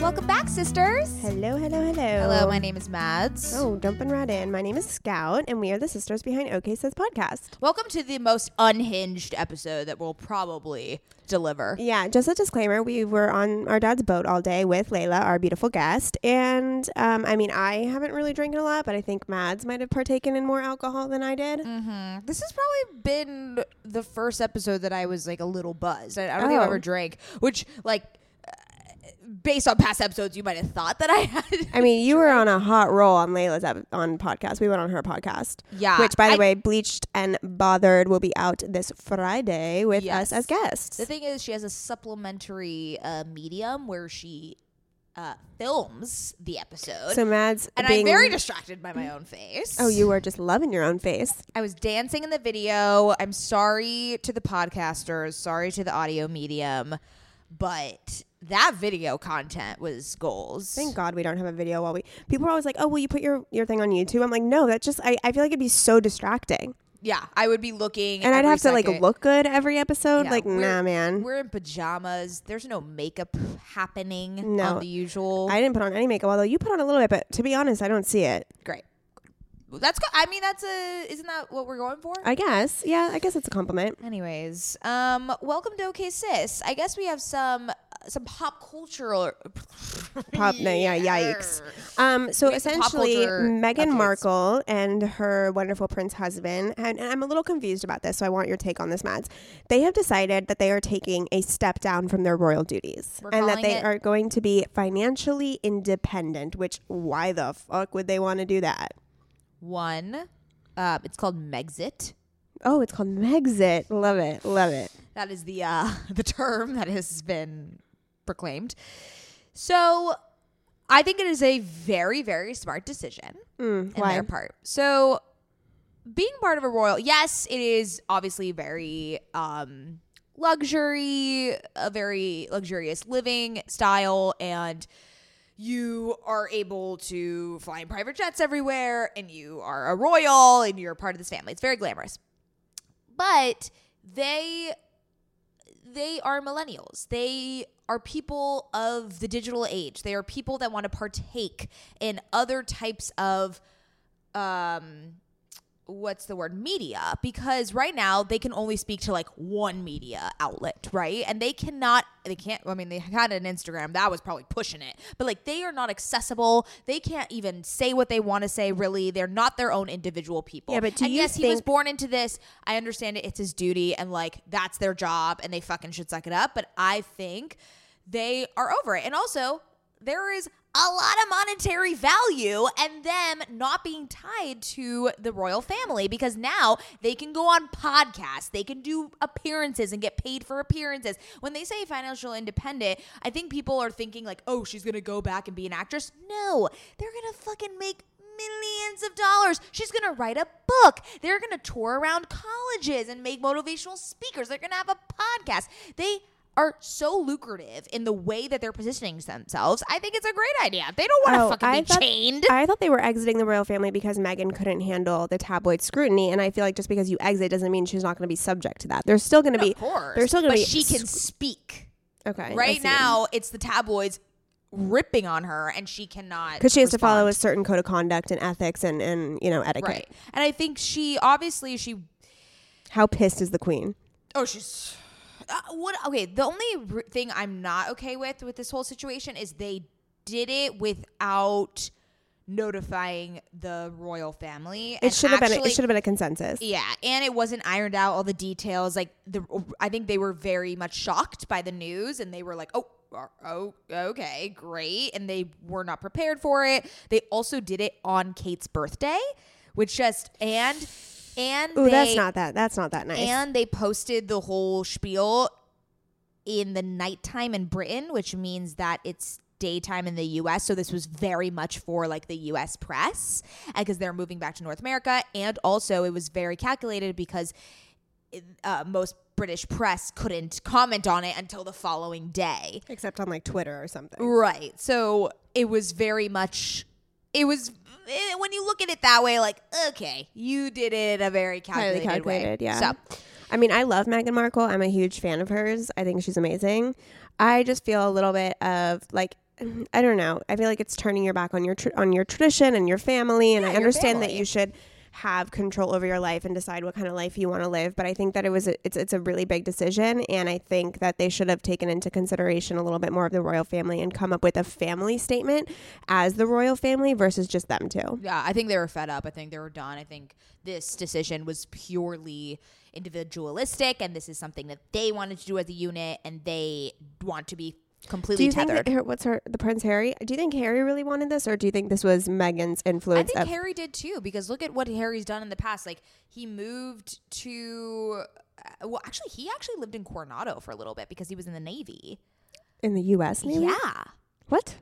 Welcome back, sisters. Hello, hello, hello. Hello, my name is Mads. Oh, jumping right in. My name is Scout, and we are the sisters behind OK Says Podcast. Welcome to the most unhinged episode that we'll probably deliver. Yeah, just a disclaimer we were on our dad's boat all day with Layla, our beautiful guest. And um, I mean, I haven't really drinking a lot, but I think Mads might have partaken in more alcohol than I did. Mm-hmm. This has probably been the first episode that I was like a little buzzed. I, I don't oh. think I ever drank, which, like, uh, based on past episodes, you might have thought that I had. I mean, you were on a hot roll on Layla's ep- on podcast. We went on her podcast. Yeah. Which, by the I, way, Bleached and Bothered will be out this Friday with yes. us as guests. The thing is, she has a supplementary uh, medium where she uh, films the episode. So Mads and being, I'm very distracted by my own face. Oh, you were just loving your own face. I was dancing in the video. I'm sorry to the podcasters. Sorry to the audio medium. But that video content was goals. Thank God we don't have a video while we people are always like, Oh, will you put your, your thing on YouTube? I'm like, No, that's just I, I feel like it'd be so distracting. Yeah, I would be looking, and I'd have second. to like look good every episode. Yeah, like, nah, man, we're in pajamas. There's no makeup happening. No, the usual. I didn't put on any makeup, although you put on a little bit. But to be honest, I don't see it. Great. That's good. I mean, that's a isn't that what we're going for? I guess. Yeah, I guess it's a compliment. Anyways, um, welcome to OK Sis. I guess we have some uh, some pop culture. Pop, no, yeah, yikes. Um, so essentially, Meghan updates. Markle and her wonderful prince husband, and, and, I'm a little confused about this, so I want your take on this, Mads. They have decided that they are taking a step down from their royal duties we're and that they it- are going to be financially independent. Which, why the fuck would they want to do that? One, uh, it's called Megxit. Oh, it's called Megxit. Love it, love it. That is the uh, the term that has been proclaimed. So I think it is a very, very smart decision mm, in their part. So being part of a royal, yes, it is obviously very um, luxury, a very luxurious living style, and you are able to fly in private jets everywhere, and you are a royal, and you're part of this family. It's very glamorous, but they they are millennials. They are people of the digital age. They are people that want to partake in other types of um what's the word media because right now they can only speak to like one media outlet right and they cannot they can't i mean they had an instagram that was probably pushing it but like they are not accessible they can't even say what they want to say really they're not their own individual people yeah but and yes think- he was born into this i understand it it's his duty and like that's their job and they fucking should suck it up but i think they are over it. And also, there is a lot of monetary value and them not being tied to the royal family because now they can go on podcasts, they can do appearances and get paid for appearances. When they say financial independent, I think people are thinking like, "Oh, she's going to go back and be an actress." No, they're going to fucking make millions of dollars. She's going to write a book. They're going to tour around colleges and make motivational speakers. They're going to have a podcast. They are so lucrative in the way that they're positioning themselves. I think it's a great idea. They don't want to Oh, fucking I be thought- chained. I thought they were exiting the royal family because Meghan couldn't handle the tabloid scrutiny, and I feel like just because you exit doesn't mean she's not going to be subject to that. There's still going to be, of course. there's still going but to be. she can sc- speak. okay Right now, it's the tabloids ripping on her and she cannot. because she has to follow a respond. certain code of conduct and ethics and and you know etiquette. Right. And I think she, obviously, she How pissed is the queen? Oh, she's. Uh, what? Okay, the only r- thing I'm not okay with with this whole situation is they did it without notifying the royal family. It should have been. A, it should have been a consensus. Yeah, and it wasn't ironed out all the details. Like the, I think they were very much shocked by the news, and they were like, "Oh, uh, oh, okay, great," and they were not prepared for it. They also did it on Kate's birthday, which just and and Ooh, that's they- not that. That's not that nice. and they posted the whole spiel in the nighttime in Britain, which means that it's daytime in the US. So this was very much for like the US press because they're moving back to North America. And also, it was very calculated because uh, most British press couldn't comment on it until the following day. Except on like Twitter or something. Right. So it was very much. It was eh, when you look at it that way, like okay, you did it in a very Highly calculated, calculated, way. yeah. So I mean, I love Meghan Markle. I'm a huge fan of hers. I think she's amazing. I just feel a little bit of like I don't know. I feel like it's turning your back on your tr on your tradition and your family. And I your understand that family. you should have control over your life and decide what kind of life you want to live. But I think that it was a, it's it's a really big decision, and I think that they should have taken into consideration a little bit more of the royal family and come up with a family statement as the royal family versus just them two. Yeah, I think they were fed up. I think they were done. I think this decision was purely individualistic, and this is something that they wanted to do as a unit, and they want to be Do completely you tethered. think that, what's her the Prince Harry? Do you think Harry really wanted this, or do you think this was Meghan's I influence? think of, Harry did too, because look at what Harry's done in the past. Like he moved to, uh, well, actually, he actually lived in Coronado for a little bit because he was in the Navy. in the U.S. Maybe? Yeah. What?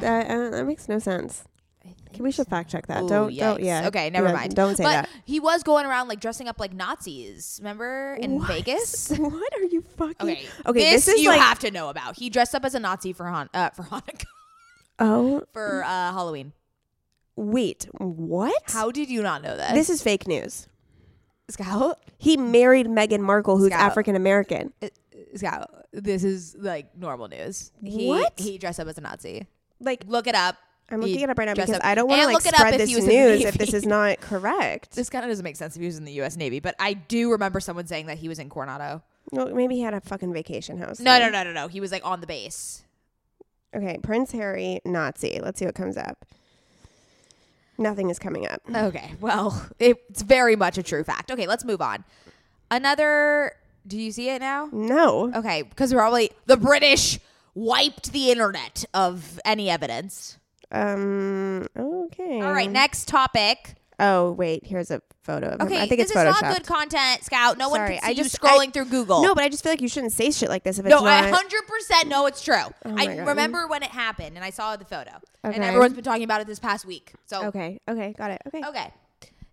That, uh, that makes no sense. Okay, we should fact check that. Ooh, don't. Don't. yikes. Yeah. Okay, never Yeah, mind. Don't say but that. he was going around like dressing up like Nazis. Remember in What? Vegas? What are you fucking? Okay. Okay, This, this is you like- have to know about. He dressed up as a Nazi for Han- uh, for Hanukkah Oh for uh, Halloween. wait, what? How did you not know that? This is fake news. Scout, He married Meghan Markle, who's Scout. African American. Scout, this is like normal news. He, What? He dressed up as a Nazi. Like Look it up. I'm He looking it up right now dressed because up- I don't want to and like look it up spread if this he was in the news if this Navy. is not correct. This kind of doesn't make sense if he was in the U.S. Navy, but I do remember someone saying that he was in Coronado. Well, maybe he had a fucking vacation house. No, then. no, no, no, no. He was like on the base. Okay, Prince Harry, Nazi. Let's see what comes up. Nothing is coming up. Okay, well, it's very much a true fact. Okay, let's move on. Another. Do you see it now? No. Okay, because probably the British wiped the internet of any evidence. Um. Okay. All right, next topic. Oh wait, here's a photo of him. Okay, Mm. I think this is it's photoshopped. not good content, Scout. No Sorry, one can see I you just- scrolling I- through Google. No, but I just feel like you shouldn't say shit like this if it's no, I not. Oh hundred percent know it's true. I my God. remember when it happened, and I saw the photo, and Okay. everyone's been talking about it this past week. So okay, okay. Okay. Got it. Oh. Okay.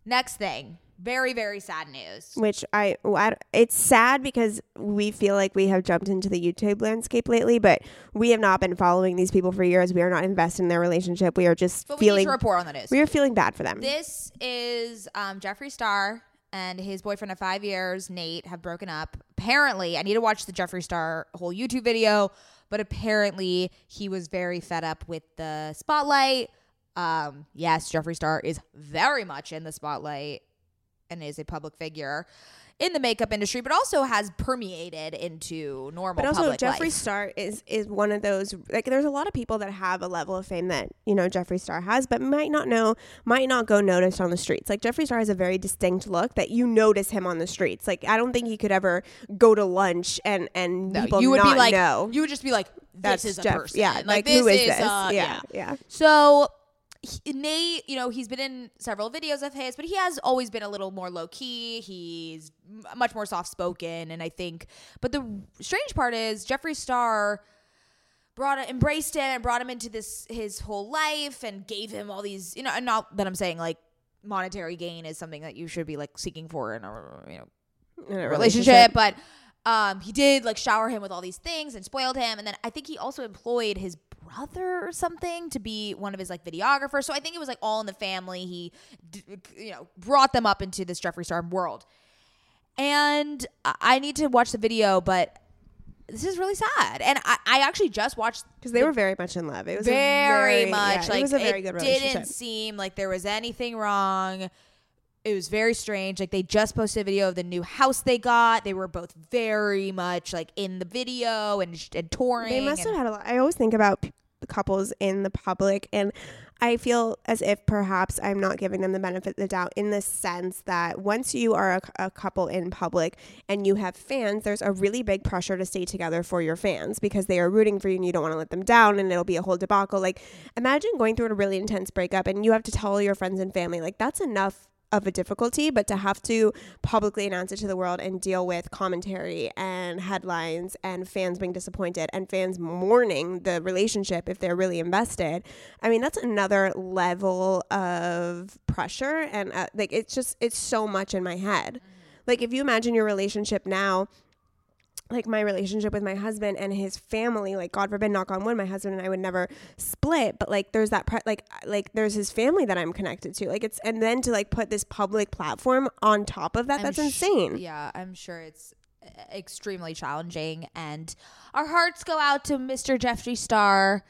next thing, very very sad news. Which I, well, I- it's sad because we feel like we have jumped into the YouTube landscape lately, but we have not been following these people for years. We are not invested in their relationship. We are just But we need feeling to report on the news. we are feeling bad for them. This is um, Jeffree Star and his boyfriend of five years, Nate, have broken up. Apparently, I need to watch the Jeffree Star whole YouTube video, but apparently he was very fed up with the spotlight. Um, yes, Jeffree Star is very much in the spotlight and is a public figure. in the makeup industry, but also has permeated into normal But also, public Jeffree life. Star is is one of those. Like, there's a lot of people that have a level of fame that you know Jeffree Star has, but might not know, might not go noticed on the streets. Like Jeffree Star has a very distinct look that you notice him on the streets. Like, I don't think he could ever go to lunch and and No, people you would not be like, know. you would just be like, this That's is a Jeff- person. Yeah, like, this who is, is this? uh, yeah, yeah. So he, Nate, you know, he's been in several videos of his, but he has always been a little more low key. He's m- much more soft spoken, and I think. But the strange part is Jeffree Star brought it, embraced him and brought him into this his whole life and gave him all these, you know. And not that I'm saying like monetary gain is something that you should be like seeking for in a you know In a relationship, but um, he did like shower him with all these things and spoiled him. And then I think he also employed his brother or something to be one of his like videographers. So I think it was like all in the family. He, d- you know, brought them up into this Jeffree Star world. And I- I need to watch the video, but this is really sad. And I, I actually just watched because they were very much in love. It was a very, very- much yeah, like it was a very good relationship. didn't seem like there was anything wrong. It was very strange. Like they just posted a video of the new house they got. They were both very much like in the video and, sh- and touring. They must and- have had a lot. I always think about p- couples in the public, and I feel as if perhaps I'm not giving them the benefit of the doubt in the sense that once you are a, a couple in public and you have fans, there's a really big pressure to stay together for your fans because they are rooting for you and you don't want to let them down, and it'll be a whole debacle. Like, imagine going through a really intense breakup and you have to tell all your friends and family, like, that's enough of a difficulty, but to have to publicly announce it to the world and deal with commentary and headlines and fans being disappointed and fans mourning the relationship if they're really invested. I mean, that's another level of pressure. And uh, like, it's just, it's so much in my head. Like, if you imagine your relationship now, like my relationship with my husband and his family like god forbid knock on wood my husband and i would never split but like there's that pre- like uh, like there's his family that i'm connected to like it's and then to like put this public platform on top of that I'm that's sh- insane yeah, I'm sure it's uh, extremely challenging. And our hearts go out to Mr. Jeffree Star.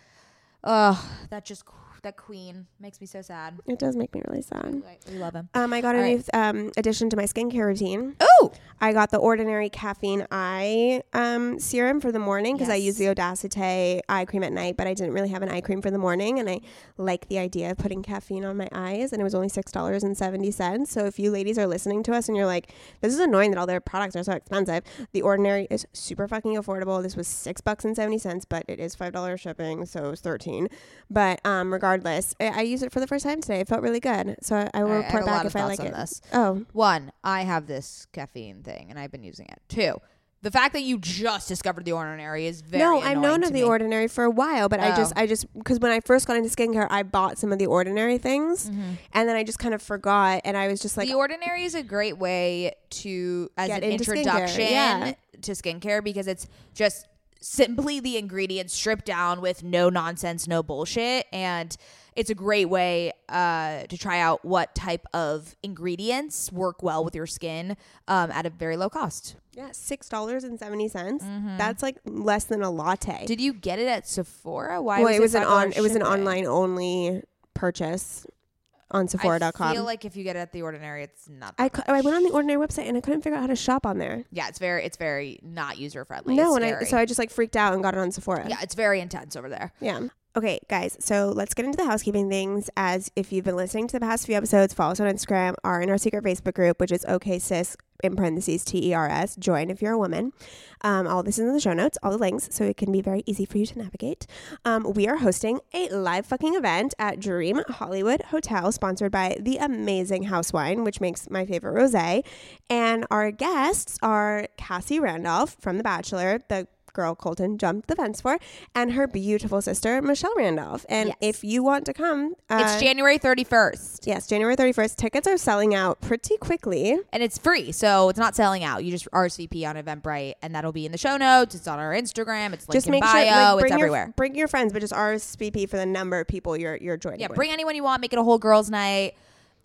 Ugh, that just that queen makes me so sad. it does make me really sad Like, We love him. um, I got a All new um, addition to my skincare routine. Oh, I got the Ordinary Caffeine Eye um, Serum for the morning because I Yes. use the Audacity eye cream at night, but I didn't really have an eye cream for the morning. And I like the idea of putting caffeine on my eyes, and it was only $6.70. So if you ladies are listening to us and you're like, this is annoying that all their products are so expensive, the Ordinary is super fucking affordable. This was six bucks and 70 cents, but it is $5 shipping, so it's 13 But um, regardless, I, I used it for the first time today. It felt really good. So I, I will All right, I had report a back lot of if I thoughts like it. on this. Oh, One, I have this caffeine thing and I've been using it. Two, the fact that you just discovered the ordinary is very no, I've known of the ordinary. ordinary for a while, but I just, Oh. I just, because when I first got into skincare, I bought some of the ordinary things, and then I just kind of forgot, and I was just like, Mm-hmm. the ordinary is a great way to as Get an into skincare, introduction yeah. to skincare because it's just simply the ingredients stripped down with no nonsense no bullshit and it's a great way uh, to try out what type of ingredients work well with your skin um, at a very low cost yeah, six dollars and seventy cents. That's like less than a latte. Mm-hmm. did you get it at sephora why well, it was an $5 on, it was an shipping? online only purchase on I feel Sephora.com. like if you get it at the ordinary, it's not. I, that cou- much. I went on the ordinary website and I couldn't figure out how to shop on there. yeah, it's very, it's very not user friendly. it's No, and I, very- so I just like freaked out and got it on Sephora. yeah, it's very intense over there. Yeah. Okay, guys, so let's get into the housekeeping things. As if you've been listening to the past few episodes, follow us on Instagram, are in our secret Facebook group, which is OK Sis in parentheses T E R S. Join if you're a woman. Um, all this is in the show notes, all the links, so it can be very easy for you to navigate. Um, we are hosting a live fucking event at Dream Hollywood Hotel, sponsored by the amazing House Wine, which makes my favorite rosé. And our guests are Cassie Randolph from The Bachelor, the girl Colton jumped the fence for, and her beautiful sister Michelle Randolph. And Yes. if you want to come, uh, it's January thirty first, yes, January thirty first. Tickets are selling out pretty quickly. and it's free, so it's not selling out. You just RSVP on Eventbrite, and that'll be in the show notes. It's on our Instagram. It's linked Just in make bio. sure like, it's bring everywhere. Your, bring your friends, but just RSVP for the number of people you're you're joining. yeah, with. bring anyone you want. Make it a whole girls' night.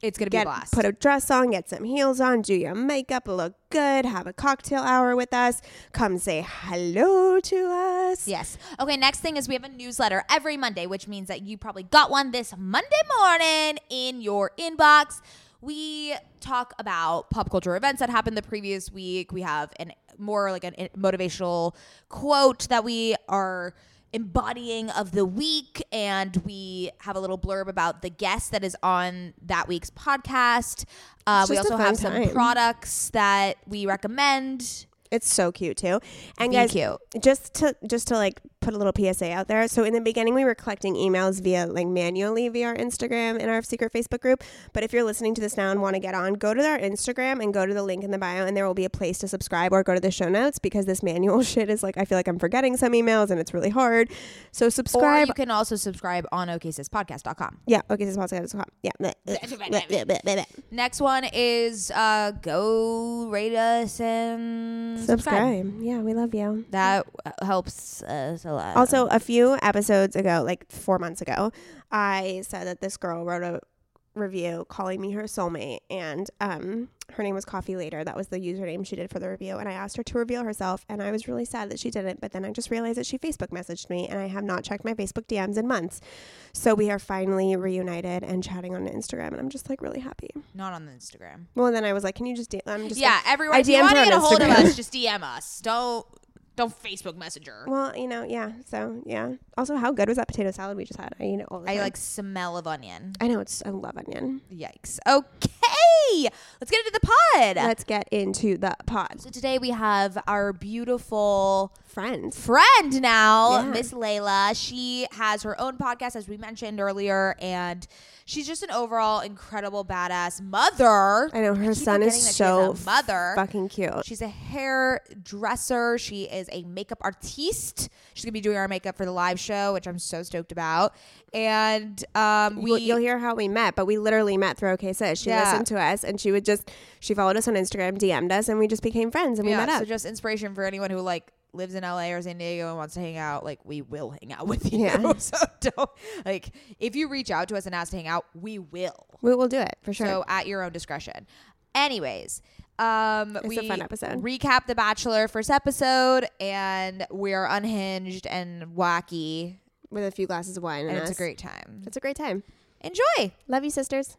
It's gonna be a Get, blast. put a dress on, get some heels on, do your makeup, look good, have a cocktail hour with us. Come say hello to us. Yes. Okay, next thing is we have a newsletter every Monday, which means that you probably got one this Monday morning in your inbox. We talk about pop culture events that happened the previous week. We have an more like a motivational quote that we are embodying of the week and we have a little blurb about the guest that is on that week's podcast uh, It's we just a also fun have some time. products that we recommend It's so cute too. And Be guys, cute. just to just to like put a little PSA out there. So in the beginning we were collecting emails via like manually via our Instagram and our secret Facebook group. But if you're listening to this now and want to get on, go to our Instagram and go to the link in the bio and there will be a place to subscribe or go to the show notes because this manual shit is like I feel like I'm forgetting some emails and it's really hard. So or subscribe you can also subscribe on oksispodcast.com yeah, okay, this is what's gonna Yeah. bleh, bleh, bleh, bleh, bleh, bleh. next one is uh, go rate us and Mm, subscribe, Subscribe. Yeah, we love you. that helps us a lot Also, a few episodes ago, like four months ago, I said that this girl wrote a review calling me her soulmate, and um, her name was Coffee Later. That was the username she did for the review, and I asked her to reveal herself, and I was really sad that she didn't. But then I just realized that she Facebook messaged me, and I have not checked my Facebook DMs in months. So we are finally reunited and chatting on Instagram, and I'm just like really happy. not on the instagram Well, then I was like, can you just? D-? I'm just yeah like- everyone I if you DM'd want her to on get a hold of Instagram. us just dm us don't don't facebook messenger well, you know, yeah. So, yeah. Also, how good was that potato salad we just had? I eat it all the I time. like smell of onion. I know it's I love onion. Yikes. Okay, let's get into the pod. Let's get into the pod. so today we have our beautiful Friends. friend now, Yeah. Miss Layla. She has her own podcast, as we mentioned earlier, and she's just an overall incredible badass mother. I know her keep son forgetting that is she's so a mother. fucking cute. She's a hairdresser. She is a makeup artiste. She's gonna be doing our makeup for the live show, which I'm so stoked about. And um, we You'll- you'll hear how we met, but we literally met through OK Sis. She Yeah. listened to us and she would just she followed us on Instagram, DM'd us, and we just became friends and we met So up. just inspiration for anyone who like lives in LA or San Diego and wants to hang out. Like we will hang out with you. Yeah. so don't like if you reach out to us and ask to hang out, we will. we will do it for sure. So at your own discretion. Anyways, um, we a fun episode. recap the Bachelor first episode, and we are unhinged and wacky, With a few glasses of wine. and and it's a us. great time. it's a great time. Enjoy. Love you, sisters.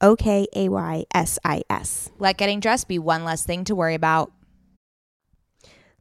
O K A Y S I S. Let getting dressed be one less thing to worry about.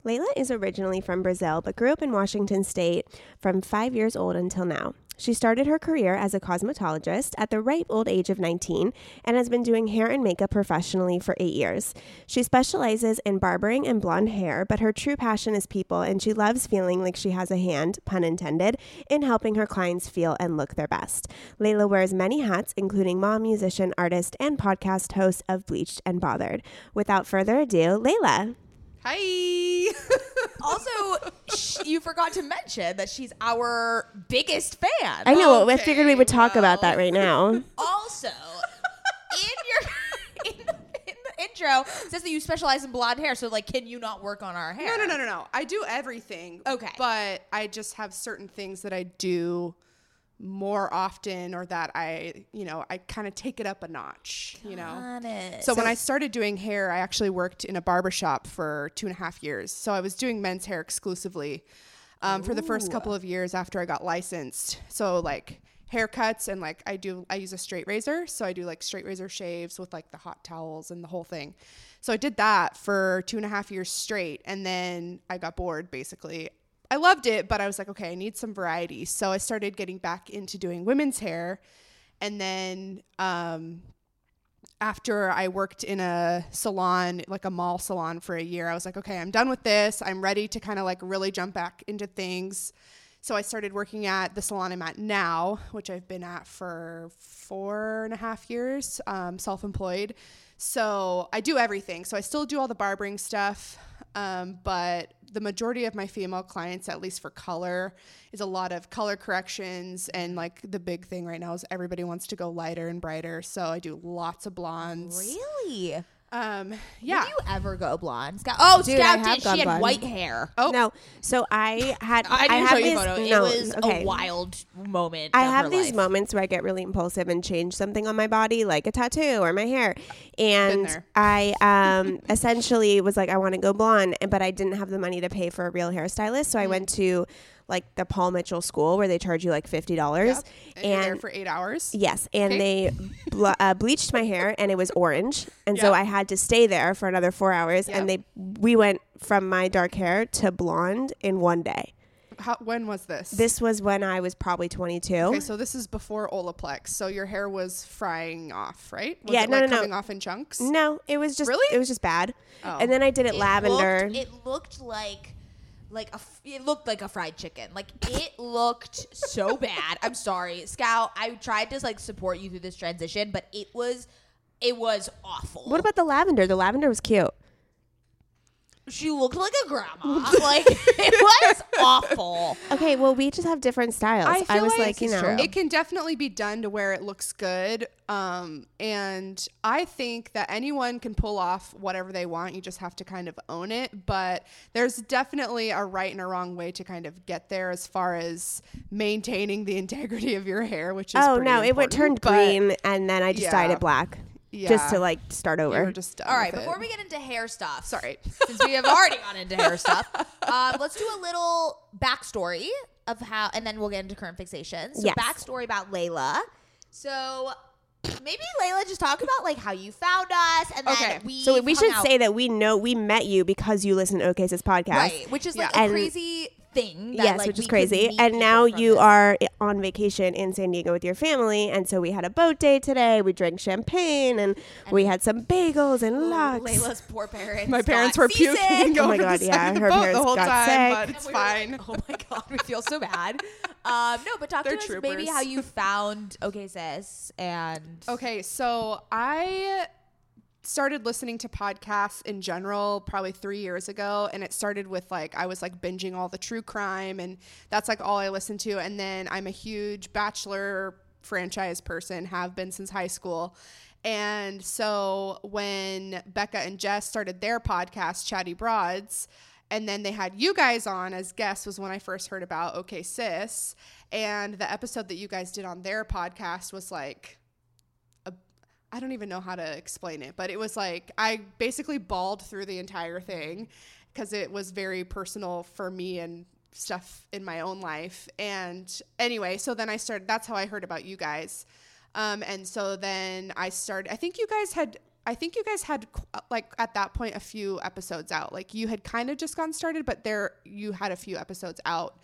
Layla is originally from Brazil, but grew up in Washington state from five years old until now. She started her career as a cosmetologist at the ripe old age of 19 and has been doing hair and makeup professionally for eight years. She specializes in barbering and blonde hair, but her true passion is people, and she loves feeling like she has a hand, pun intended, in helping her clients feel and look their best. Layla wears many hats, including mom, musician, artist, and podcast host of Bleached and Bothered. Without further ado, Layla. Hi. also, sh- you forgot to mention that she's our biggest fan. I know, I Okay, figured we would talk about well. that right now. also, in your in the, in the intro it says that you specialize in blonde hair. So, like, can you not work on our hair? No, no, no, no, no. I do everything. Okay. But I just have certain things that I do more often or that I, you know, I kind of take it up a notch, you know? Got it. So, when I started doing hair, I actually worked in a barbershop for two and a half years. So I was doing men's hair exclusively um, for the first couple of years after I got licensed. So like haircuts and like I do, I use a straight razor. So I do like straight razor shaves with like the hot towels and the whole thing. So I did that for two and a half years straight. And then I got bored basically. I loved it, but I was like, okay, I need some variety. So I started getting back into doing women's hair. And then um, after I worked in a salon, like a mall salon for a year, I was like, okay, I'm done with this. I'm ready to kind of like really jump back into things. So I started working at the salon I'm at now, which I've been at for four and a half years, um, self employed. So I do everything. So I still do all the barbering stuff, um, but the majority of my female clients, at least for color, is a lot of color corrections. And like the big thing right now is everybody wants to go lighter and brighter. So I do lots of blondes. really. Um, yeah. Did you ever go blonde? Scout- oh, Dude, I Scout have did. She gone had blonde. white hair. Oh. No, so I had I, didn't have show you these, a photo. no, it was okay. a wild moment. I of have her these life. moments where I get really impulsive and change something on my body, like a tattoo or my hair. there. And I um, essentially was like, I want to go blonde, and- but I didn't have the money to pay for a real hairstylist. So I Mm. went to like the Paul Mitchell school where they charge you like $50. And, you're there for eight hours. Yes, and they ble- uh, bleached my hair, and it was orange, and so Yeah. I had to stay there for another four hours. And Yep. they we went from my dark hair to blonde in one day. How, when was this? This was when I was probably 22. Okay, so this is before Olaplex. So your hair was frying off, right? Was Yeah, it no, like no, no. coming off in chunks? no, it was just Really? it was just bad. Oh. And then I did it, lavender. Looked, it looked like like a f- it looked like a fried chicken. Like it looked so bad. I'm sorry, Scout. I tried to like support you through this transition, but it was it was awful. what about the lavender? The lavender was cute. she looked like a grandma. like it was awful. Okay, well we just have different styles. I, was like, you know, it can definitely be done to where it looks good. Um, and I think that anyone can pull off whatever they want. You just have to kind of own it. But there's definitely a right and a wrong way to kind of get there as far as maintaining the integrity of your hair, which is oh pretty no, it went important. turned But- green, and then I just dyed Yeah. it black. Yeah. just to like start we're over. just done All right, with before it. we get into hair stuff, Sorry. since we have already gone into hair stuff, um, let's do a little backstory of how, and then we'll get into current fixations. So Yes. backstory about Layla. So maybe Layla, just talk about like how you found us, and then Okay. we. so we hung should out- say that we know we met you because you listen to OK's podcast. right, which is like Yeah. a And- crazy thing. That, yes, like, which we is could crazy. meet And people now from you this. are on vacation in San Diego with your family, and so we had a boat day today. We drank champagne and, we had some bagels and lox. Layla's poor parents. My parents got were seasick. puking Oh my over God, the side yeah, of the her boat parents the whole got time, sick. but it's we were like, fine. oh my god, we feel so bad. Um, no, but talk They're to us maybe troopers. Oh, how you found OK Sis and Okay, so I started listening to podcasts in general probably three years ago, and it started with like I was like binging all the true crime, and that's like all I listened to. And then I'm a huge Bachelor franchise person, have been since high school. And so when Becca and Jess started their podcast, Chatty Broads, and then they had you guys on as guests was when I first heard about OK Sis. And the episode that you guys did on their podcast was like I don't even know how to explain it, but it was like I basically bawled through the entire thing because it was very personal for me and stuff in my own life. And anyway, so then I started, that's how I heard about you guys. Um, and so then I started, I think you guys had. I think you guys had qu- like at that point a few episodes out. Like you had kind of just gotten started, but there you had a few episodes out.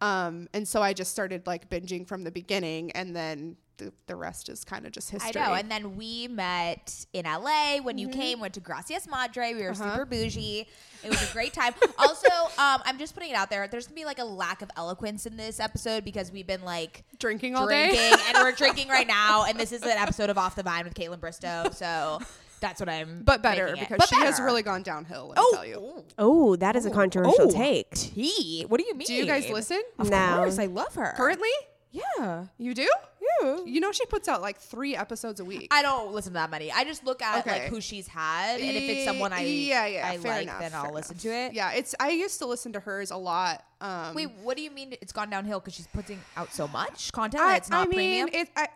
Um, and so I just started like binging from the beginning, and then the, the rest is kind of just history. I know. And then we met in LA when you Mm-hmm. came, went to Gracias Madre. We were Uh-huh. super bougie. It was a great time. also, um, I'm just putting it out there. There's going to be like a lack of eloquence in this episode because we've been like drinking all drinking day. and we're drinking right now. And this is an episode of Off the Vine with Caitlin Bristow. So that's what I'm. But better making it. because But she has better. really gone downhill. Let me tell you. Oh, Oh, that is a controversial Oh. take. tea. What do you mean? Do you guys listen Of No. course, I love her. currently? yeah. You do? Yeah. You know she puts out like three episodes a week. I don't listen to that many. I just look at like Okay. who she's had, and if it's someone I yeah yeah I fair like, enough, then fair I'll listen enough. to it. Yeah, it's I used to listen to hers a lot. Um, Wait, what do you mean it's gone downhill because she's putting out so much content I, that it's not I mean, premium? It, I,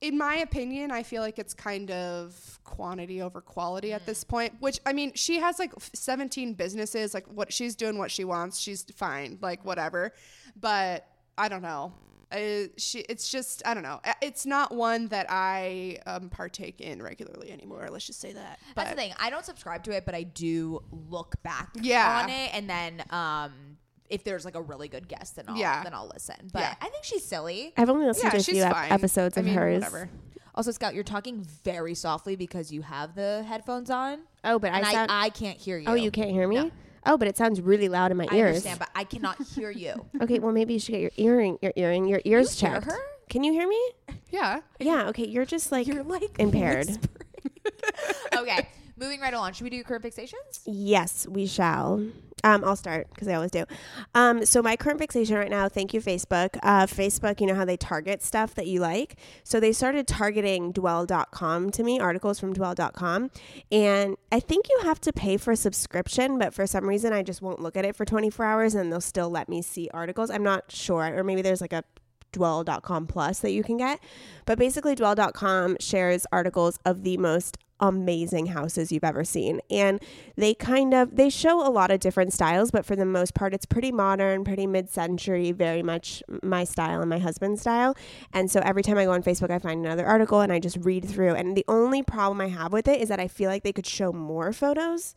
in my opinion, I feel like it's kind of quantity over quality at Mm. this point. Which I mean, she has like f- 17 businesses. Like what she's doing, what she wants, she's fine. Like whatever. But I don't know. Uh, she, it's just I don't know. Uh, It's not one that I um, partake in regularly anymore. Let's just say that. But That's the thing. I don't subscribe to it, but I do look back Yeah. on it, and then um, if there's like a really good guest, then I'll Yeah. then I'll listen. But Yeah. I think she's silly. I've only listened yeah, to a she's few ep- fine. episodes I of mean, hers. Whatever. Also, Scout, you're talking very softly because you have the headphones on, Oh, but I and sound. I, I can't hear you. oh, you can't hear me. Oh, but it sounds really loud in my I ears. understand, but I cannot hear you. Okay, well maybe you should get your earring, your earring, your ears hear checked. her? Can you hear me? Yeah. Yeah. Okay, you're just like You're like impaired. whispering. okay, moving right along. Should we do current fixations? Yes, we shall. Um, I'll start because I always do. Um, so my current fixation right now, thank you Facebook. Uh, Facebook, you know how they target stuff that you like. So they started targeting dwell.com to me, articles from dwell.com. And I think you have to pay for a subscription, but for some reason I just won't look at it for 24 hours and they'll still let me see articles. I'm not sure. Or maybe there's like a dwell.com plus that you can get. But basically, dwell.com shares articles of the most amazing houses you've ever seen. And they kind of they show a lot of different styles, but for the most part it's pretty modern, pretty mid-century, very much my style and my husband's style. And so every time I go on Facebook, I find another article and I just read through. And the only problem I have with it is that I feel like they could show more photos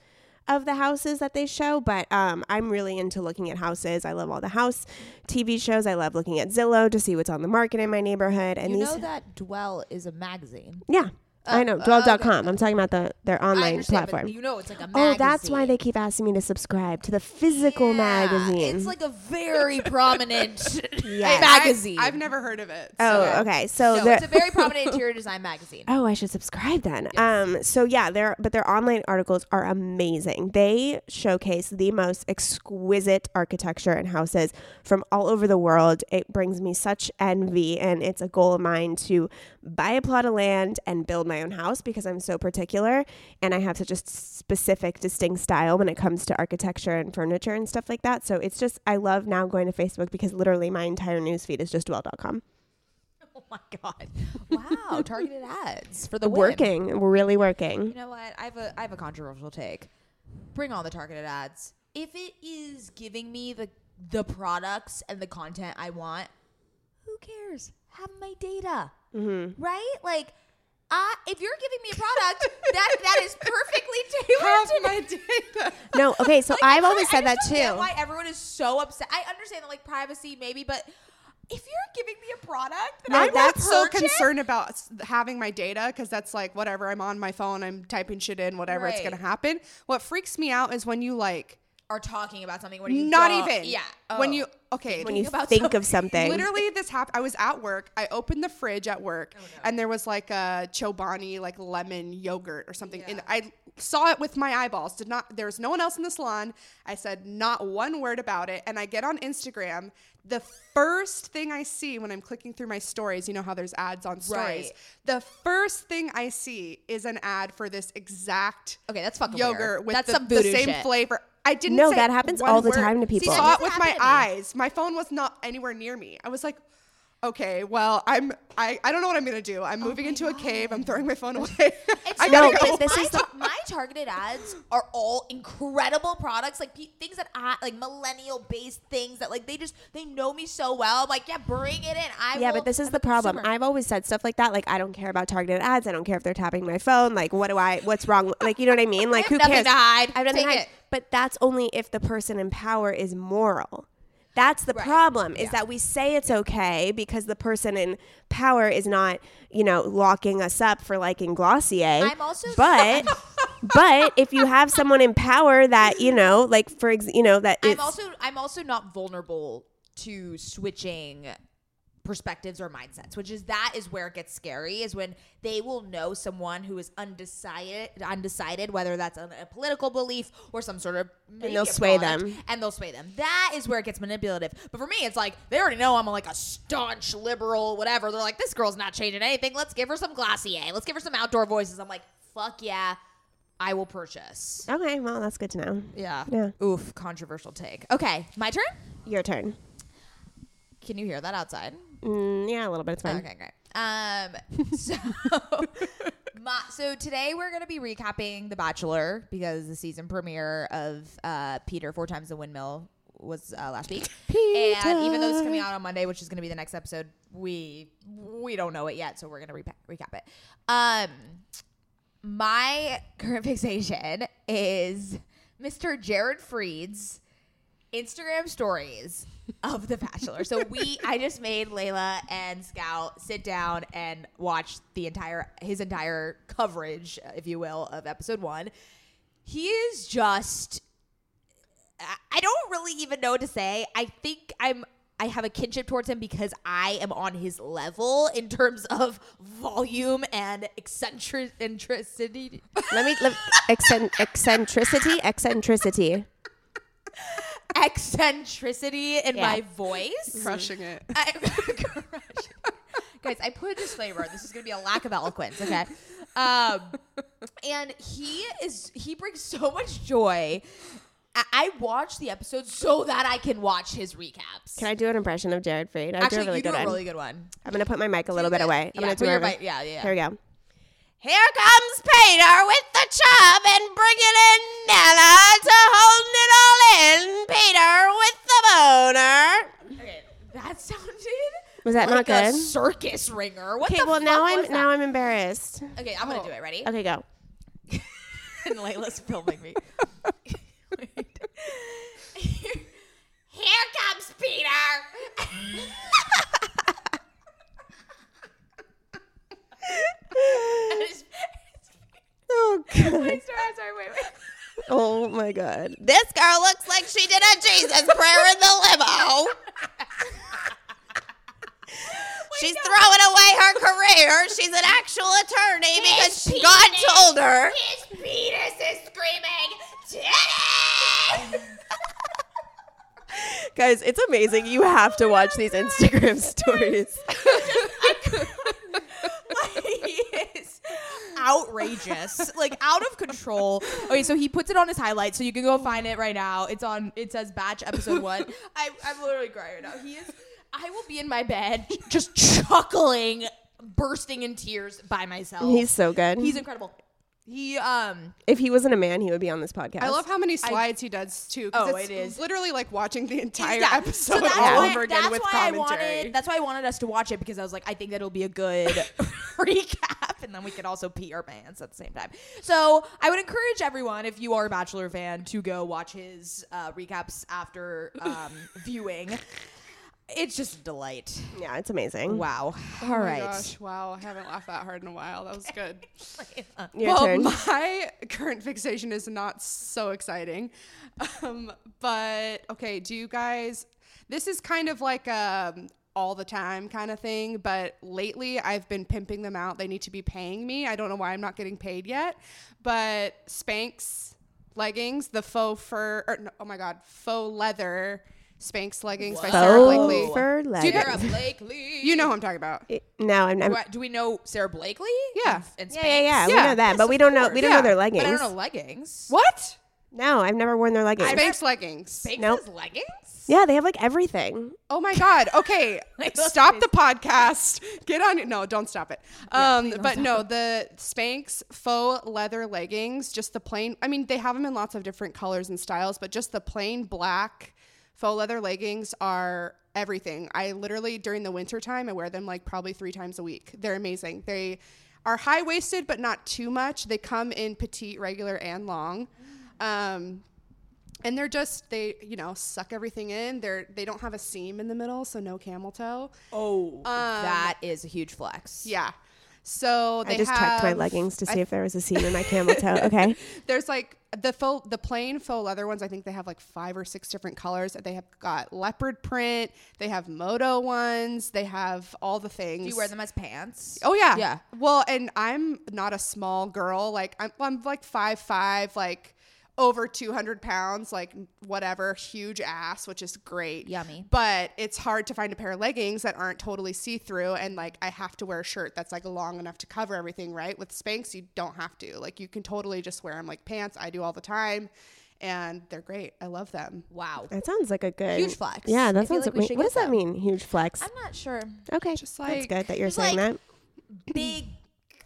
of the houses that they show, but um, I'm really into looking at houses. I love all the house TV shows. I love looking at Zillow to see what's on the market in my neighborhood. And you these, know that Dwell is a magazine. yeah, I know Dwell.com. I'm talking about the their I online understand, platform. but you know it's like a oh, magazine. that's why they keep asking me to subscribe to the physical Yeah, magazine. It's like a very prominent Yes. magazine. I, have never heard of it. so- oh, okay. So no, they're- it's a very prominent interior design magazine. Oh, I should subscribe then. Um, so yeah, their but their online articles are amazing. They showcase the most exquisite architecture and houses from all over the world. It brings me such envy, and it's a goal of mine to buy a plot of land and build my own house because I'm so particular and I have such a s- specific, distinct style when it comes to architecture and furniture and stuff like that. So it's just I love now going to Facebook because literally my entire newsfeed is just dwell.com. oh my god! Wow, targeted ads for the win. Working, really working. You know what? I have a I have a controversial take. Bring on the targeted ads. If it is giving me the the products and the content I want, who cares? Have my data, right? Like, uh, if you're giving me a product that that is perfectly tailored Have to my data. No, okay, so Like, I've I- always I said that just don't get too. Why everyone is so upset? I understand that like privacy maybe, but if you're giving me a product, that No, I I'm not that's so so concerned about s- having my data because that's like whatever. I'm on my phone. I'm typing shit in. Whatever, it's Right. gonna happen. What freaks me out is when you like are talking about something. What are you not don't- even. Yeah. When Oh. you okay. When you about think of something. Literally, this happened. I was at work. I opened the fridge at Oh, work, and there was like a Chobani like lemon yogurt or something. And I saw it with my eyeballs. Did not. There was no one else in the salon. I said not one word about it. And I get on Instagram. The first thing I see when I'm clicking through my stories, you know how there's ads on stories. Right. The first thing I see is an ad for this exact Okay, that's fucking yogurt weird. with That's the, some the voodoo same shit. flavor. I didn't. No, say that happens one all the word. time to people. that Saw it doesn't with my happen to me. eyes. My phone was not anywhere near me. I was like, okay, well, I'm. I, I don't know what I'm gonna do. I'm moving into a cave. I'm throwing my phone away. It's I I gotta no, go. but This my, is the- my targeted ads are all incredible products, like pe- things that I like millennial based things that like they just they know me so well. I'm like, yeah, bring it in. I yeah, will- but this is I'm the a problem. consumer. I've always said stuff like that. Like, I don't care about targeted ads. I don't care if they're tapping my phone. Like, what do I? What's wrong? with- Like, you know what I mean? Like, have who nothing cares? to hide. I have nothing to Take hide. it. But that's only if the person in power is moral. That's the problem. Is that we say it's okay because the person in power is not, you know, locking us up for liking Glossier. I'm also- but. but if you have someone in power that you know, like for ex- you know that I'm it's- also I'm also not vulnerable to switching perspectives or mindsets, which is that is where it gets scary is when they will know someone who is undecided undecided whether that's on a political belief or some sort of media they'll sway product, them. and they'll sway them. That is where it gets manipulative. But for me, it's like they already know I'm like a staunch liberal, whatever. They're like, this girl's not changing anything. Let's give her some Glossier. Let's give her some outdoor voices. I'm like, fuck yeah, I will purchase. okay. Well, that's good to know. Yeah. Yeah. Oof, controversial take. Okay, my turn. Your turn. Can you hear that outside? Mm, yeah, a little bit. It's fine. Okay, great. Um, so, my, so today we're gonna be recapping The Bachelor because the season premiere of uh, Peter Four Times the Windmill was uh, last week. And even though this is coming out on Monday, which is gonna be the next episode, we we don't know it yet, so we're gonna repa- recap it. Um, my current fixation is Mr. Jared Freed's Instagram stories of The Bachelor. So we, I just made Layla and Scout sit down and watch the entire his entire coverage, if you will, of episode one. He is just. I- I don't really even know what to say. I think I'm. I have a kinship towards him because I am on his level in terms of volume and eccentricity. Let me let, accent, eccentricity, eccentricity. eccentricity in Yeah. my voice. crushing it. I, guys, I put a disclaimer. This is going to be a lack of eloquence. Okay. Um, and he is, he brings so much joy. I, I watch the episode so that I can watch his recaps. Can I do an impression of Jared Freed? I do Actually, a really you do good a one. really good one. I'm gonna put my mic a little Do bit it. away. I'm Yeah, gonna do put your it. mic- yeah, yeah, yeah. Here we go. Here comes Peter with the chub and bringing in Nana to holding it all in. Peter with the boner. Okay, that sounded Was that like not good? a circus ringer. What Okay, the well fuck now was I'm that? now I'm embarrassed. Okay, I'm gonna do it. Ready? Okay, go. and Layla's filming me. Wait. Here comes Peter. Oh god. Wait, sorry, I'm sorry, wait, wait. oh my god. This girl looks like she did a Jesus prayer in the limo. She's throwing away her career. She's an actual attorney because God told her. His penis is screaming, "Titty!" Guys, it's amazing. You have to watch these Instagram stories. he is outrageous, like out of control. Okay, so he puts it on his highlights, so you can go find it right now. It's on. It says batch episode one. I, I'm literally crying right now. He is I will be in my bed just chuckling, bursting in tears by myself. He's so good. He's incredible. He um if he wasn't a man, he would be on this podcast. I love how many slides he does too. 'cause Oh, it's it is. literally like watching the entire Yeah. episode that's all why- over again that's with why commentary. I wanted, that's why I wanted us to watch it because I was like, I think that'll be a good recap, and then we could also pee our pants at the same time. so I would encourage everyone, if you are a Bachelor fan, to go watch his uh, recaps after um, viewing. It's just a delight. yeah, it's amazing. Wow. Oh All my right. gosh, wow, I haven't laughed that hard in a while. That was good. uh, Your well, turn. my current fixation is not so exciting. Um, but okay, do you guys this is kind of like um all the time kind of thing, but lately I've been pimping them out. They need to be paying me. I don't know why I'm not getting paid yet. But Spanx leggings, the faux fur or no, oh my god, faux leather Spanx leggings by Sarah Faux Blakely. fur Do you, leather. guys- Blakely. you know who I'm talking about. It- no, I'm, I'm What, do we know Sarah Blakely? Yeah. And, and yeah, yeah, yeah, We Yeah, know that, but we don't know. We don't yeah. know their But But I leggings. don't know leggings. What? No, I've never worn their leggings. Spanx leggings. Bakes Nope. has leggings? yeah, they have like everything. Oh my God. Okay. stop the podcast. Get on it. No, don't stop it. Um, but no, the Spanx faux leather leggings, just the plain, I mean, they have them in lots of different colors and styles, but just the plain black faux leather leggings are everything. I literally, during the winter time, I wear them like probably three times a week. They're amazing. They are high waisted, but not too much. They come in petite, regular, and long. Um, and they're just they you know suck everything in they're they don't have a seam in the middle so no camel toe Oh, that is a huge flex. yeah so they I just have, checked my leggings to see if there was a seam in my camel toe. Okay. there's like the faux the plain faux leather ones i think they have like five or six different colors they have got leopard print they have moto ones they have all the things Do you wear them as pants? Oh yeah, Yeah. Well, and I'm not a small girl. Like I'm, I'm like five five, like over two hundred pounds, like whatever, huge ass, which is great. Yummy. But it's hard to find a pair of leggings that aren't totally see through, and like I have to wear a shirt that's like long enough to cover everything. Right? With Spanx, you don't have to. Like you can totally just wear them like pants. I do all the time, and they're great. I love them. Wow. That sounds like a good Huge flex. Yeah, I that feel sounds. like we wait, should what get does that them. mean? Huge flex. I'm not sure. okay, just that's like- good that you're just saying like- that. Big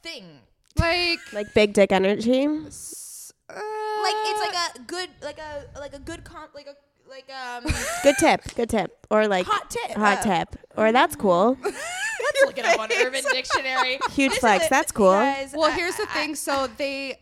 thing. Like Like big dick energy. Like it's Uh. like a good like a like a good comp like a like um Good tip. Good tip. Or like Hot tip, Hot uh, tip. Or that's cool. let's look it up on Urban Dictionary. Huge flex. That's cool. Well, here's the thing. So they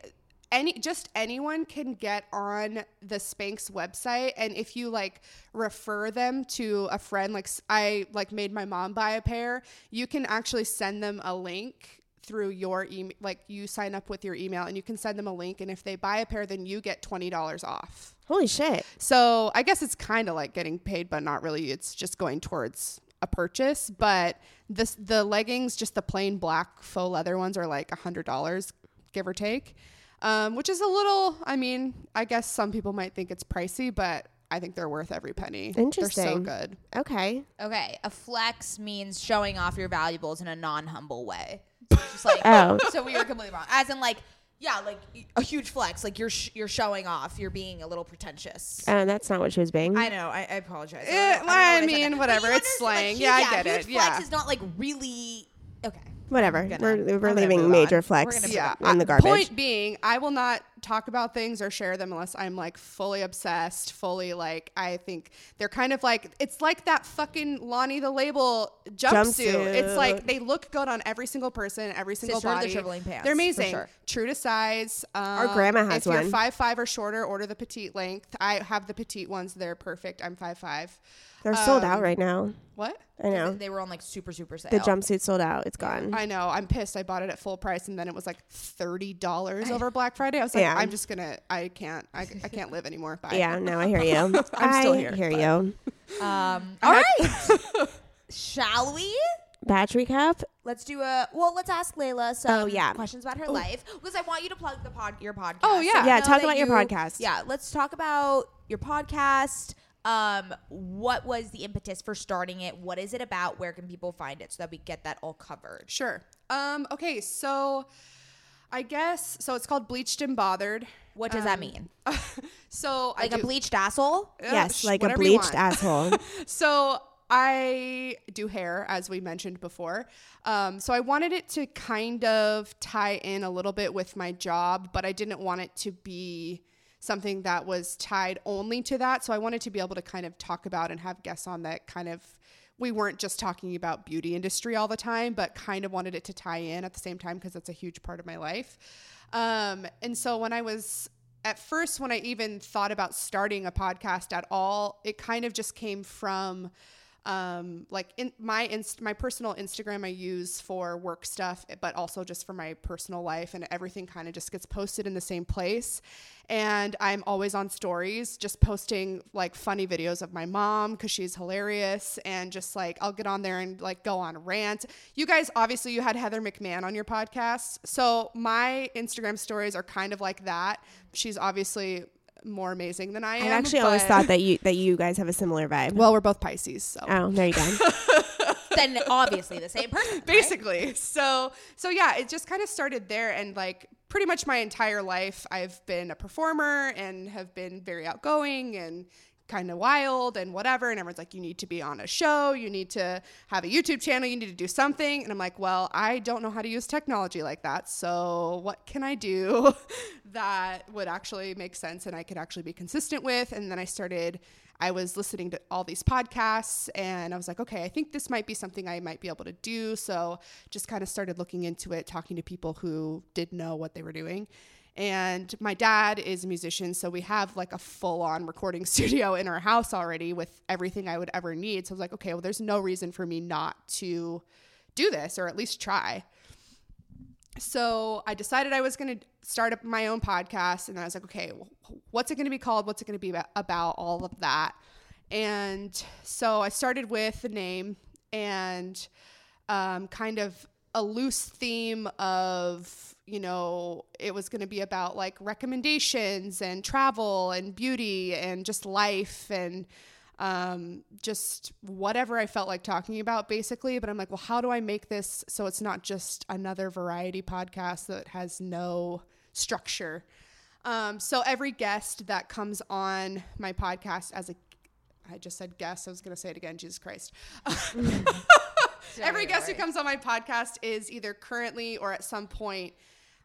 any just anyone can get on the Spanx website and if you like refer them to a friend like s- I like made my mom buy a pair, you can actually send them a link through your email like you sign up with your email and you can send them a link and if they buy a pair then you get $20 off. Holy shit. So, I guess it's kind of like getting paid but not really. It's just going towards a purchase, but this the leggings, just the plain black faux leather ones are like a hundred dollars, give or take. Um, which is a little I mean, I guess some people might think it's pricey, but I think they're worth every penny. They're so Interesting. good. Okay. Okay, a flex means showing off your valuables in a non-humble way. So it's just like, Oh. so we were completely wrong. As in, like, yeah, like y- a huge flex. Like you're sh- you're showing off. You're being a little pretentious. Uh, that's not what she was being. I know. I, I apologize. Mm. Eh, don't know- don't well, know I why said mean, that. whatever, But you it's understand- slang. huge- Yeah, I get it, Huge yeah. flex is not like really okay. Whatever. gonna- We're, we're, I'm gonna leaving move on. major We're flex gonna move Yeah. in the Uh, garbage. Point being, I will not talk about things or share them unless I'm like fully obsessed, fully like I think they're kind of like it's like that fucking Lonnie the Label jumpsuit. Jumpsuit. It's like they look good on every single person, every single Sister of the body. Shriveling Pants, they're for amazing. sure. True to size. Um, grandma has If one. you're five five or shorter, order the petite length. I have the petite ones. They're perfect. I'm five five. They're sold out right now. What? I know. They were on like super super sale. The jumpsuit sold out. It's gone. I know. I'm pissed. I bought it at full price and then it was like thirty dollars over Black Friday. I was like, Yeah. I'm just gonna. I can't. I, I can't live anymore. Bye. yeah, no, I hear you. i still here, hear but- you. Um, all right. Shall we? Batch recap. Let's do a well. Let's ask Layla some Oh, yeah. questions about her life because I want you to plug the pod your podcast. Oh, yeah. I Yeah, know talk that about your you- podcast. Yeah, let's talk about your podcast. Um, what was the impetus for starting it? What is it about? Where can people find it so that we get that all covered? Sure. Um, okay, so I guess so it's called Bleached and Bothered. What does that mean? so Um, I Like a do- bleached asshole? uh, yes, sh- like a whatever you bleached want. asshole. So I do hair, as we mentioned before. Um, so I wanted it to kind of tie in a little bit with my job, but I didn't want it to be something that was tied only to that. So I wanted to be able to kind of talk about and have guests on that kind of we weren't just talking about beauty industry all the time, but kind of wanted it to tie in at the same time because that's a huge part of my life. Um, and so when I was at first, when I even thought about starting a podcast at all, it kind of just came from um, like in my inst- my personal Instagram I use for work stuff, but also just for my personal life, and everything kind of just gets posted in the same place. And I'm always on stories, just posting like funny videos of my mom because she's hilarious, and just like I'll get on there and like go on a rant. You guys, obviously, you had Heather McMahon on your podcast, so my Instagram stories are kind of like that. She's obviously more amazing than I am. I've actually always but- thought that you that you guys have a similar vibe. Well, we're both Pisces, so. oh, there you go. then obviously the same person. right? basically so so yeah it just kind of started there and like pretty much my entire life i've been a performer and have been very outgoing and kind of wild and whatever and everyone's like you need to be on a show you need to have a youtube channel you need to do something and i'm like well i don't know how to use technology like that so what can i do that would actually make sense and i could actually be consistent with and then i started I was listening to all these podcasts and I was like, okay, I think this might be something I might be able to do. So just kind of started looking into it, talking to people who did know what they were doing. And my dad is a musician, so we have like a full on recording studio in our house already with everything I would ever need. So I was like, okay, well, there's no reason for me not to do this or at least try so I decided I was going to start up my own podcast, and I was like, okay, wh- what's it going to be called? What's it going to be about, about? All of that, and so I started with the name and um, kind of a loose theme of you know it was going to be about like recommendations and travel and beauty and just life and um, just whatever I felt like talking about, basically. But I'm like, well, how do I make this so it's not just another variety podcast that has no structure? Um, so every guest that comes on my podcast as a, I just said guest. I was gonna say it again. Jesus Christ. every guest who comes on my podcast is either currently or at some point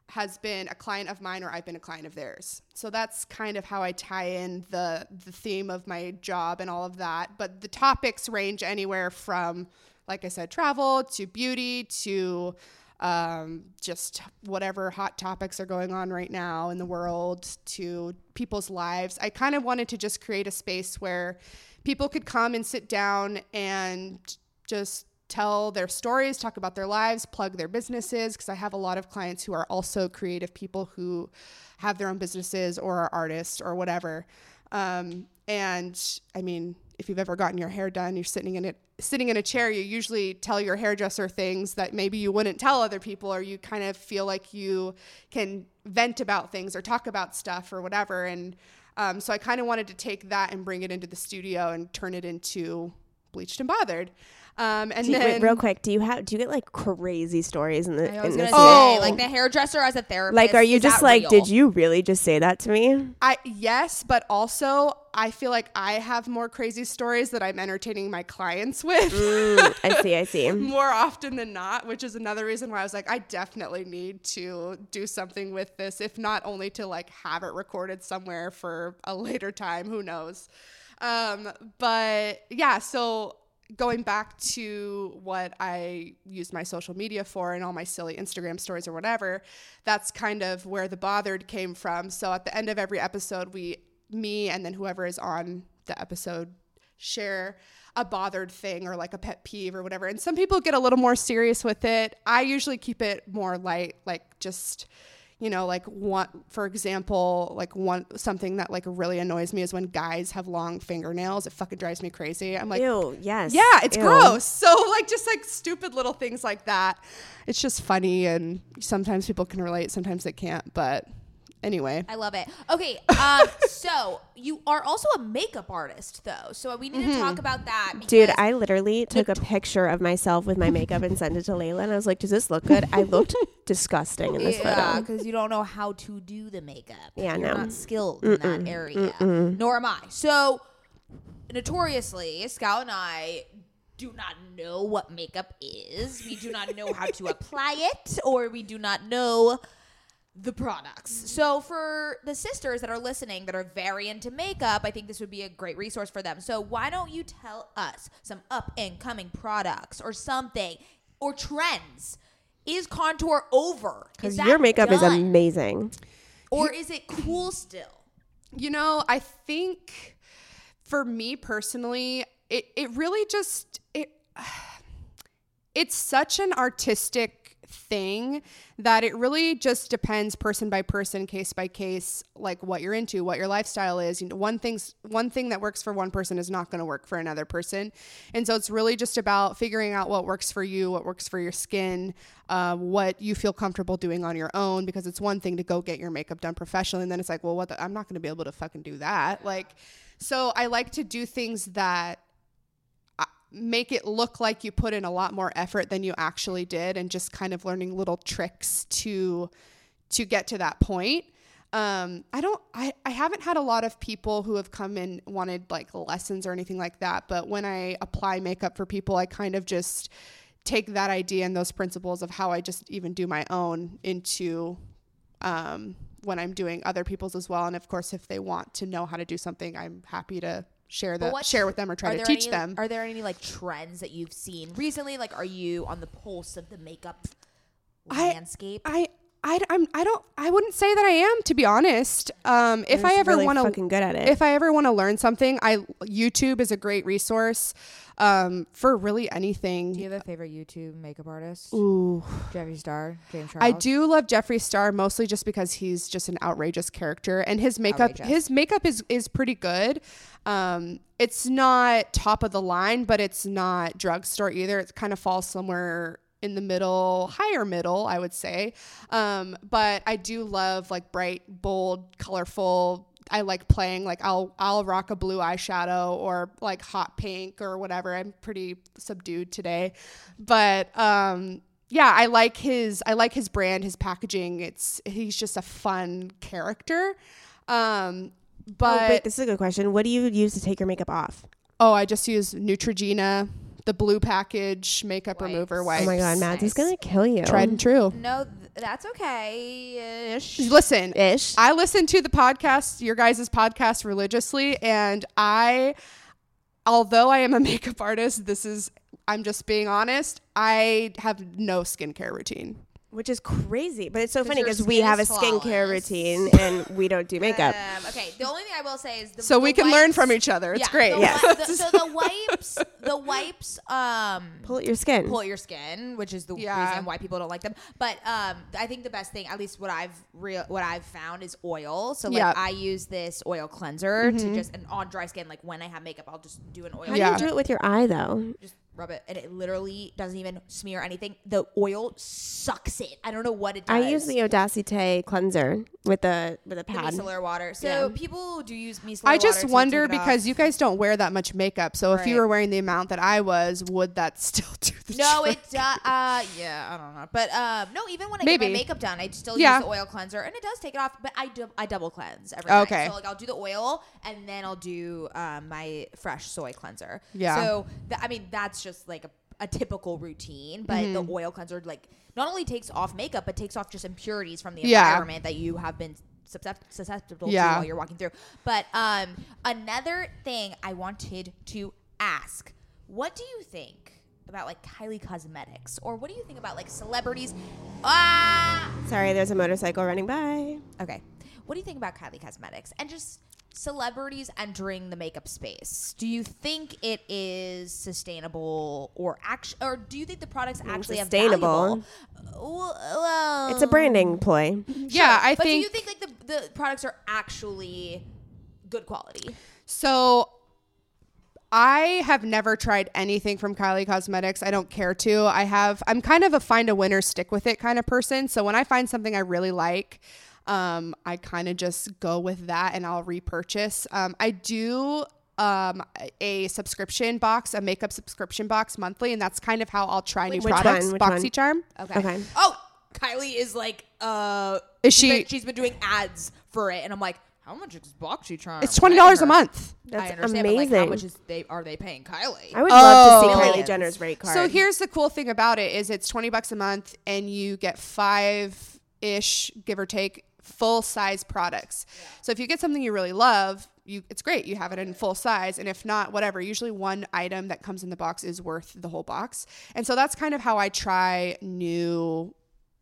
has been a client of mine or I've been a client of theirs. So that's kind of how I tie in the the theme of my job and all of that. But the topics range anywhere from, like I said, travel to beauty to um, just whatever hot topics are going on right now in the world to people's lives. I kind of wanted to just create a space where people could come and sit down and just tell their stories, talk about their lives, plug their businesses. Because I have a lot of clients who are also creative people who have their own businesses or are artists or whatever. Um, and I mean, if you've ever gotten your hair done, you're sitting in it, sitting in a chair. You usually tell your hairdresser things that maybe you wouldn't tell other people, or you kind of feel like you can vent about things or talk about stuff or whatever. And um, so I kind of wanted to take that and bring it into the studio and turn it into bleached and bothered. Um, and Do you- wait, then real quick, do you have do you get like crazy stories in the? I was in gonna this? say, Oh. like the hairdresser as a oh, therapist. like, are you is just that like, real? did you really just say that to me? I yes, but also I feel like I have more crazy stories that I'm entertaining my clients with. Mm, I see. I see. more often than not, which is another reason why I was like, I definitely need to do something with this, if not only to like have it recorded somewhere for a later time, who knows. Um, but yeah, so going back to what I used my social media for and all my silly Instagram stories or whatever, that's kind of where the bothered came from. So at the end of every episode, we, me, and then whoever is on the episode share a bothered thing or like a pet peeve or whatever. And some people get a little more serious with it. I usually keep it more light, like just you know like one for example like one something that like really annoys me is when guys have long fingernails it fucking drives me crazy i'm like Ew. Yes. yeah it's Ew. gross so like just like stupid little things like that it's just funny and sometimes people can relate sometimes they can't but anyway I love it. Okay, um, so you are also a makeup artist, though. So we need to talk about that. Mm-hmm. Dude, because- I literally took a picture of myself with my makeup and sent it to Layla, and I was like, "Does this look good?" I looked disgusting in this yeah, photo. because you don't know how to do the makeup. Yeah, You're no. not skilled in that area. Nor am I. So, notoriously, Scout and I do not know what makeup is. We do not know how to apply it, or we do not know the products. So for the sisters that are listening that are very into makeup, I think this would be a great resource for them. So why don't you tell us some up and coming products or something or trends? Is contour over? Is Because that your makeup is done? amazing. or is it cool still? You know, I think for me personally, it, it really just it it's such an artistic thing that it really just depends person by person case by case like what you're into what your lifestyle is you know one thing's one thing that works for one person is not going to work for another person and so it's really just about figuring out what works for you what works for your skin uh, what you feel comfortable doing on your own because it's one thing to go get your makeup done professionally and then it's like well what the, i'm not going to be able to fucking do that like so i like to do things that make it look like you put in a lot more effort than you actually did and just kind of learning little tricks to to get to that point um, i don't I, I haven't had a lot of people who have come and wanted like lessons or anything like that but when i apply makeup for people i kind of just take that idea and those principles of how i just even do my own into um, when i'm doing other people's as well and of course if they want to know how to do something i'm happy to share the what- share with them or try are to there teach any- them Are there any like trends that you've seen recently? Like, are you on the pulse of the makeup I- landscape? I I I'm, I don't I wouldn't say that I am to be honest. Um, if I ever really want to fucking good at it. if I ever want to learn something, I YouTube is a great resource um, for really anything. you have a favorite YouTube makeup artist? Ooh. Jeffree Star, James Charles. I do love Jeffree Star mostly just because he's just an outrageous character and his makeup Outrageous. his makeup is is pretty good. Um, it's not top of the line, but it's not drugstore either. It kind of falls somewhere in the middle, higher middle, I would say. Um, but I do love like bright, bold, colorful. I like playing like I'll I'll rock a blue eyeshadow or like hot pink or whatever. I'm pretty subdued today. But um yeah, I like his I like his brand, his packaging. It's he's just a fun character. Um but oh, wait, this is a good question. What do you use to take your makeup off? Oh, I just use Neutrogena, the blue package makeup remover wipes. Oh my god, Mads is gonna kill you. Tried and true. no, th- that's okay. Ish. Listen, ish. I listen to the podcast, your guys' podcast religiously, and I although I am a makeup artist, this is I'm just being honest, I have no skincare routine. Which is crazy, but it's so funny your because we skin have a is skincare flawless. routine and we don't do makeup. Um, okay. The only thing I will say is the, So the we can learn wipes- from each other. It's Yeah, great. The, wi- the- so the wipes, the wipes, um, Pull at your skin. pull at your skin, which is the Yeah. reason why people don't like them. But um, I think the best thing, at least what I've real what I've found is oil. So like Yeah. I use this oil cleanser to just and on dry skin. Like when I have makeup, I'll just do an oil. How Yeah. do you do it with your eye though? Just rub it, and it literally doesn't even smear anything. The oil sucks it. I don't know what it does. I use the Audacity cleanser with the with a The pad. micellar water. So people do use micellar water. I just to take wonder it off. because you guys don't wear that much makeup. So if you Right. were wearing the amount that I was, would that still do the No, trick? it does. Uh, yeah, I don't know, but um, no. Even when I get Maybe. my makeup done, I still Yeah. use the oil cleanser, and it does take it off. But I do, I double cleanse every Okay. night. So like, I'll do the oil, and then I'll do um, my fresh soy cleanser. Yeah. So th- I mean, that's just like a, a typical routine, but Mm-hmm. the oil cleanser like not only takes off makeup, but takes off just impurities from the Yeah. environment that you have been suscep- susceptible Yeah. to while you're walking through. But um, another thing I wanted to ask: What do you think about like Kylie Cosmetics, or what do you think about like celebrities? Ah, Sorry, there's a motorcycle running by. okay. What do you think about Kylie Cosmetics and just celebrities entering the makeup space? Do you think it is sustainable, or act, or do you think the products actually sustainable. Have valuable? Well, It's a branding ploy. yeah, I but think do you think like the, the products are actually good quality? so. I have never tried anything from Kylie Cosmetics. I don't care to. I have. I'm kind of a find a winner, stick with it kind of person. So when I find something I really like, um, I kind of just go with that and I'll repurchase. Um, I do um, a subscription box, a makeup subscription box monthly, and that's kind of how I'll try new which one? products. Which one? BoxyCharm. Okay. Okay. Oh, Kylie is like, uh, Is she's she- been- she's been doing ads for it, and I'm like, how how much is BoxyCharm? It's twenty dollars a Whatever. month. That's I understand, but like, amazing. how much is they are they paying Kylie? I would love to see Oh. Kylie Millions. Jenner's rate card. So here's the cool thing about it is it's 20 bucks a month and you get 5 ish give or take full size products. So if you get something you really love, you it's great. You have it in full size and if not whatever, usually one item that comes in the box is worth the whole box. And so that's kind of how I try new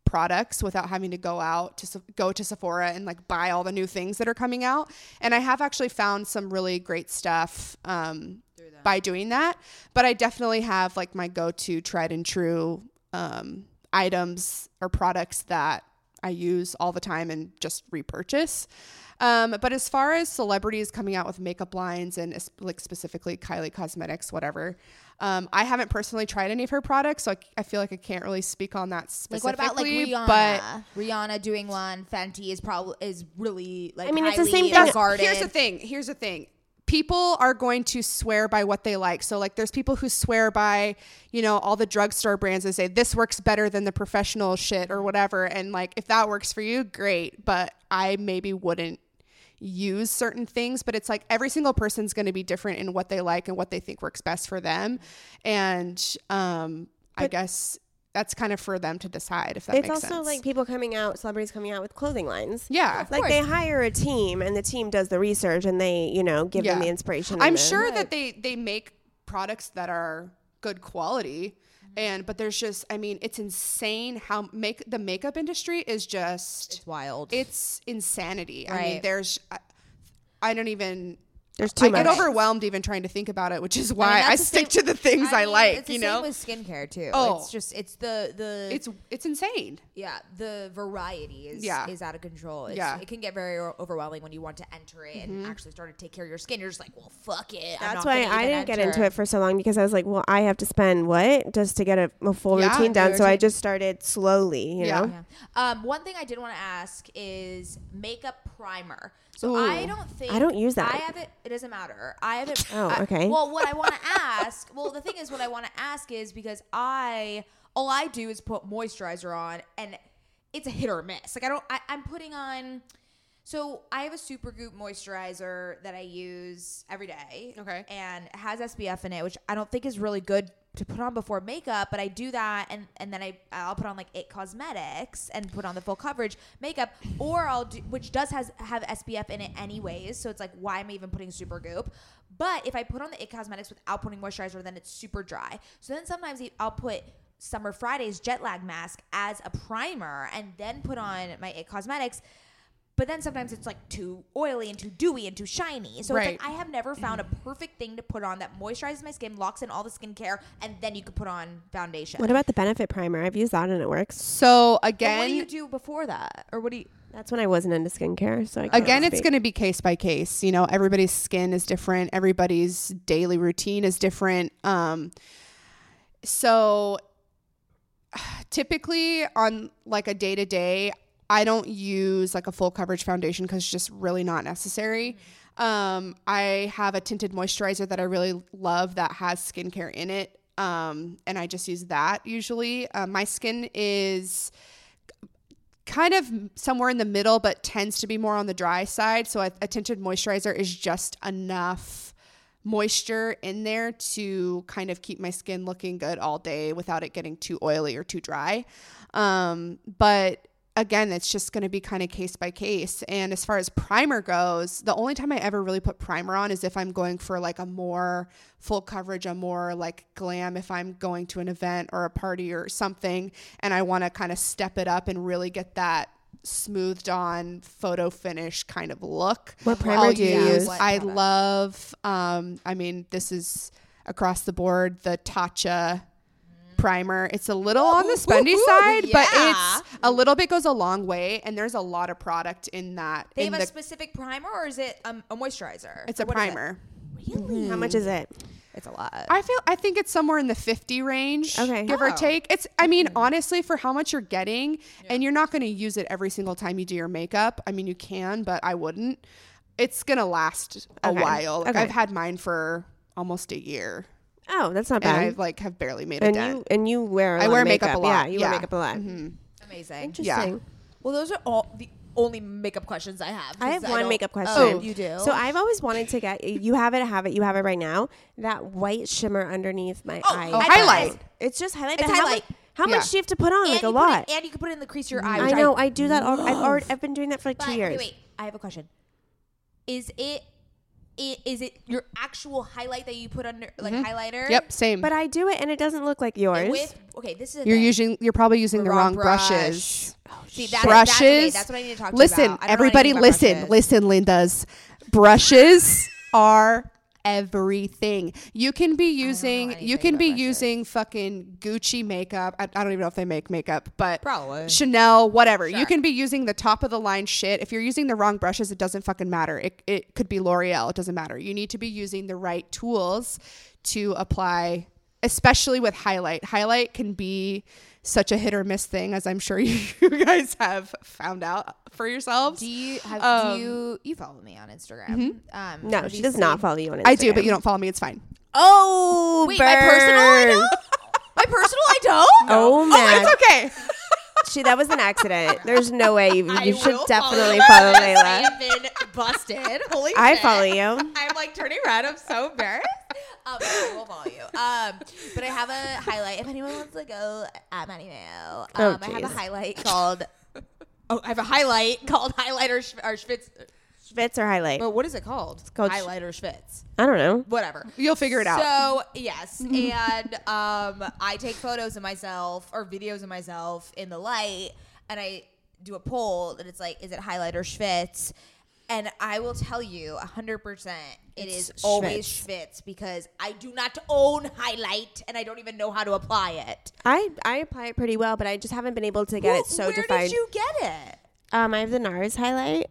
products without having to go out to Se- go to Sephora and like buy all the new things that are coming out. And I have actually found some really great stuff um, by doing that. But I definitely have like my go-to tried and true um, items or products that I use all the time and just repurchase. Um, but as far as celebrities coming out with makeup lines and es- like specifically Kylie Cosmetics, whatever, um, I haven't personally tried any of her products, so I, I feel like I can't really speak on that Like specifically. what about like Rihanna? But Rihanna doing one. Fenty is probably is really like. I mean, it's the highly same thing- regarded. Here's the thing. Here's the thing. People are going to swear by what they like. So like there's people who swear by, you know, all the drugstore brands and say this works better than the professional shit or whatever. And like if that works for you, great. But I maybe wouldn't use certain things, but it's like every single person's going to be different in what they like and what they think works best for them. And um I guess that's kind of for them to decide if that it's makes also sense. like people coming out, celebrities coming out with clothing lines. yeah. Like they hire a team and the team does the research and they, you know, give them Yeah. the inspiration. and I'm the- sure that they they make products that are good quality Mm-hmm. and but there's just I mean it's insane how make the makeup industry is just It's wild. it's insanity. I mean Right. there's I, I don't even there's too I much. get overwhelmed even trying to think about it, which is why I, that's the stick same- to the things I, mean, like, It's you the know. same with skincare too. Oh. it's just it's the the it's it's insane. yeah the variety is Yeah. is out of control. It's, Yeah. it can get very o- overwhelming when you want to enter it and actually start to take care of your skin. You're just like, well, fuck it. I'm Mm-hmm. That's not why gonna I even didn't get enter. into it for so long because I was like, well, I have to spend what just to get a, a full Yeah, routine down. do So I routine. just started slowly, you Yeah. know. Yeah. Um, one thing I did want to ask is makeup primer. So Ooh. I don't think I don't use that. I have it. It doesn't matter. I have it. Oh, I- okay. well, what I want to ask. Well, the thing is, what I want to ask is because I all I do is put moisturizer on, and it's a hit or miss. Like I don't. I, I'm putting on. So I have a Supergoop moisturizer that I use every day. Okay. And it has SPF in it, which I don't think is really good to put on before makeup, but I do that and and then I I'll put on like it cosmetics and put on the full coverage makeup or I'll do which does has have SPF in it anyways, so it's like why am I even putting super goop? But if I put on the it cosmetics without putting moisturizer, then it's super dry. So then sometimes I'll put Summer Friday's jet lag mask as a primer and then put on my it cosmetics. But then sometimes it's like too oily and too dewy and too shiny. So Right. it's like I have never found a perfect thing to put on that moisturizes my skin, locks in all the skincare, and then you could put on foundation. What about the benefit primer? I've used that and it works. So But what do again, you do before that? Or what do you That's when I wasn't into skincare. So I can't again it's speak. going to be case by case you know everybody's skin is different everybody's daily routine is different um so typically on like a day to day i don't use like a full coverage foundation because it's just really not necessary um i have a tinted moisturizer that i really love that has skincare in it um and i just use that usually uh, my skin is kind of somewhere in the middle, but tends to be more on the dry side. So a, a tinted moisturizer is just enough moisture in there to kind of keep my skin looking good all day without it getting too oily or too dry. Um, but again, it's just going to be kind of case by case. And as far as primer goes, the only time I ever really put primer on is if I'm going for like a more full coverage, a more like glam, if I'm going to an event or a party or something, and I want to kind of step it up and really get that smoothed on photo finish kind of look. What primer I'll do you use- use? I love, um, I mean, this is across the board, the Tatcha primer. It's a little on the spendy side, but yeah. it's a little bit goes a long way, and there's a lot of product in that. they in have a the- specific primer or is it um, a moisturizer? it's a Or what is it? primer. Really? How much is it? It's a lot. I feel I think it's somewhere in the fifty range, Okay. give or take. It's I mean honestly for how much you're getting, and you're not going to use it every single time you do your makeup. I mean you can, but I wouldn't. It's going to last a Okay. while. Like Okay. I've had mine for almost a year, Oh, that's not and bad. I like have barely made a and dent. you and you wear. I I wear makeup a Yeah, lot. you Yeah. Mm-hmm. wear makeup a lot. Amazing. Interesting. Well, those are all the only makeup questions I have. I have 'cause one don't- makeup question. Oh, you do. So I've always wanted to get you have it, have it, you have it right now. That white shimmer underneath my eye. oh, highlight. line. It's just highlight. It's but how highlight. mu- How, Yeah. much do you have to put on? and like a you put it- lot. and you can put it in the crease of your Mm-hmm. eye. I which know. I do that. All, I've already. love. I've been doing that for like But two years. Okay, wait, I have a question. Is it, it is it your actual highlight that you put under like highlighter? Yep, same. But I do it, and it doesn't look like yours. With okay, this is the you're thing. using you're probably using the Wrong wrong brush. brushes. See, that's, brushes. That's, okay, that's what I need to talk to you listen, about. I don't know everybody, anything about listen, brushes. listen, Linda's brushes are everything. You can be using you can be using fucking Gucci makeup. I, I don't even know if they make makeup, but Probably. Chanel, whatever. You can be using the top of the line shit. If you're using the wrong brushes, it doesn't fucking matter. It it could be L'Oreal. It doesn't matter. You need to be using the right tools to apply. Especially with highlight. Highlight can be such a hit or miss thing, as I'm sure you guys have found out for yourselves. Do you have, Um, do you you follow me on Instagram? Um, no, have she you does not follow you on Instagram. I do, but you don't follow me. It's fine. Oh, Wait, my personal I burn. don't. My personal I don't. Oh man, It's okay. she that was an accident. There's no way you, you should will follow definitely her. follow I Layla. have been busted. Holy I shit. follow you. I'm like turning red. I'm so embarrassed. Um, I will follow you. Um, but I have a highlight. If anyone wants to go at my email, um, Oh, I have a jeez. highlight called. Oh, I have a highlight called highlighter Sch- or Schwitz. Schvitz or highlight? But Oh, what is it called? called sh- Highlighter Schwitz. I don't know. Whatever. You'll figure it out. So yes, and um, I take photos of myself or videos of myself in the light, and I do a poll that it's like, is it highlight or schvitz? And I will tell you, hundred percent, it is always schvitz because I do not own highlight, and I don't even know how to apply it. I I apply it pretty well, but I just haven't been able to get it so Where defined. did you get it? um, I have the NARS highlight.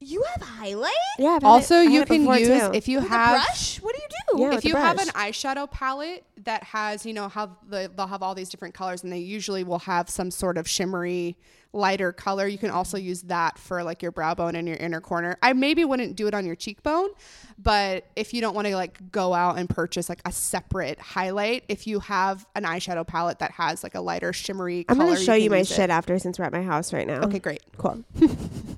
You have highlight? Yeah. I've had also, it- I you had it can before, use too. if you With a have brush? What do you do? Yeah. if with a you have brush. an eyeshadow palette that has you know how the, they'll have all these different colors and they usually will have some sort of shimmery lighter color you can also use that for like your brow bone and your inner corner i maybe wouldn't do it on your cheekbone but if you don't want to like go out and purchase like a separate highlight if you have an eyeshadow palette that has like a lighter shimmery I'm color gonna show you, can my use it. shit after since we're at my house right now. okay great Cool.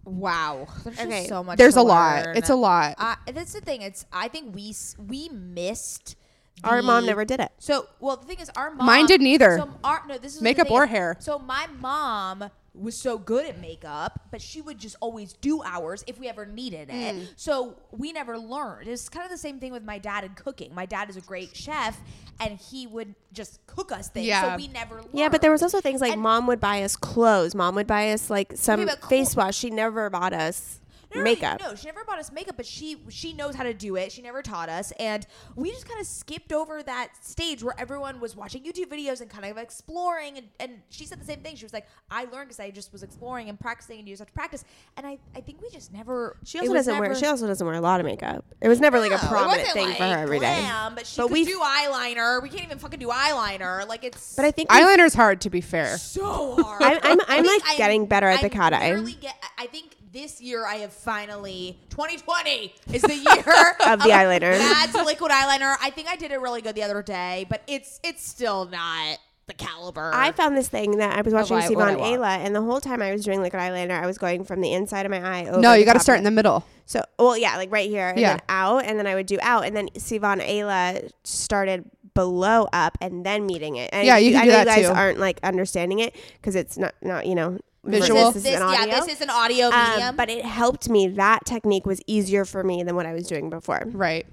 Wow. There's just Okay. so much. there's to a lot learn. it's a lot Uh, that's the thing. It's I think we s- we missed. Our mom the- never did it. So well, the thing is, our mom Mine didn't either. So our, no, this is what the Makeup thing or is. hair. So my mom was so good at makeup, but she would just always do ours if we ever needed Hmm. it. So we never learned. It's kind of the same thing with my dad and cooking. My dad is a great chef, and he would just cook us things. Yeah. So we never. Learned. Yeah, but there was also things like And- mom would buy us clothes. Mom would buy us like some but cl- face wash. She never bought us No, no, makeup. No, she never bought us makeup, but she she knows how to do it. She never taught us, and we just kind of skipped over that stage where everyone was watching YouTube videos and kind of exploring. And, and she said the same thing. She was like, "I learned because I just was exploring and practicing, and you just have to practice." And I I think we just never. She it also was doesn't wear. never- She also doesn't wear a lot of makeup. It was never like a No, it prominent wasn't, thing for like, her every day. glam, but she But could we- do eyeliner. We can't even fucking do eyeliner. Like it's. But I think we- eyeliner's hard to be fair so hard. I'm- I'm- I I'm, think like, getting better at the I'm cat eye. literally Get, I think this year I have finally 2020 is the year Of the eyeliner. That's liquid eyeliner. I think I did it really good the other day, but it's it's still not the caliber. I found this thing that I was watching I- Steve what on I want. Ayla, and the whole time I was doing liquid eyeliner, I was going from the inside of my eye. Over no you got to start in the middle So, well, yeah, like right here, and Yeah. then out, and then I would do out, and then Sivan Ayla started below up, and then meeting it. And Yeah, you can I do know you that guys too. aren't like understanding it because it's not not you know Visual. This, this, is an audio. yeah, this is an audio Um, medium. but it helped me. That technique was easier for me than what I was doing before. Right.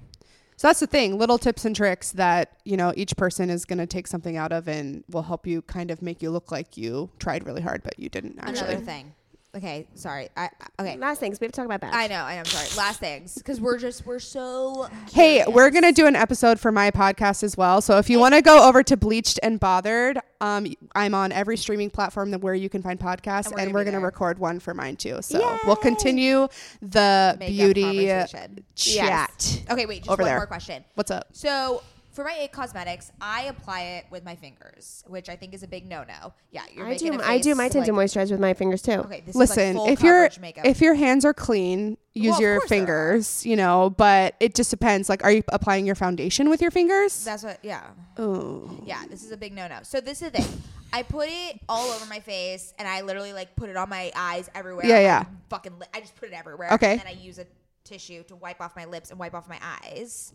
So that's the thing, little tips and tricks that, you know, each person is going to take something out of and will help you kind of make you look like you tried really hard, but you didn't Another actually. thing. Okay, sorry. I I- okay. Last things we have to talk about that. I know. I know. I'm sorry. Last things because we're just we're so. Hey, we're going to do an episode for my podcast as well. So if you want to go over to Bleached and Bothered, um, I'm on every streaming platform that where you can find podcasts, And and we're we're, gonna be going to there. record one for mine too. So we'll continue the Makeup beauty conversation. chat. Okay, wait. Just Over one there. more question. What's up? So for my eight cosmetics, I apply it with my fingers, which I think is a big no-no. Yeah, you're I making do. a I do face my tinted like- moisturize with my fingers too. Okay, this listen is like full if your coverage makeup. if your hands are clean use of your course they are. fingers you know but it just depends like are you applying your foundation with your fingers that's what, yeah, oh yeah. This is a big no-no. So this is the thing. I put it all over my face, and I literally like put it on my eyes everywhere. Yeah, on my yeah. Fucking, li- I just put it everywhere. Okay. And then I use a tissue to wipe off my lips and wipe off my eyes.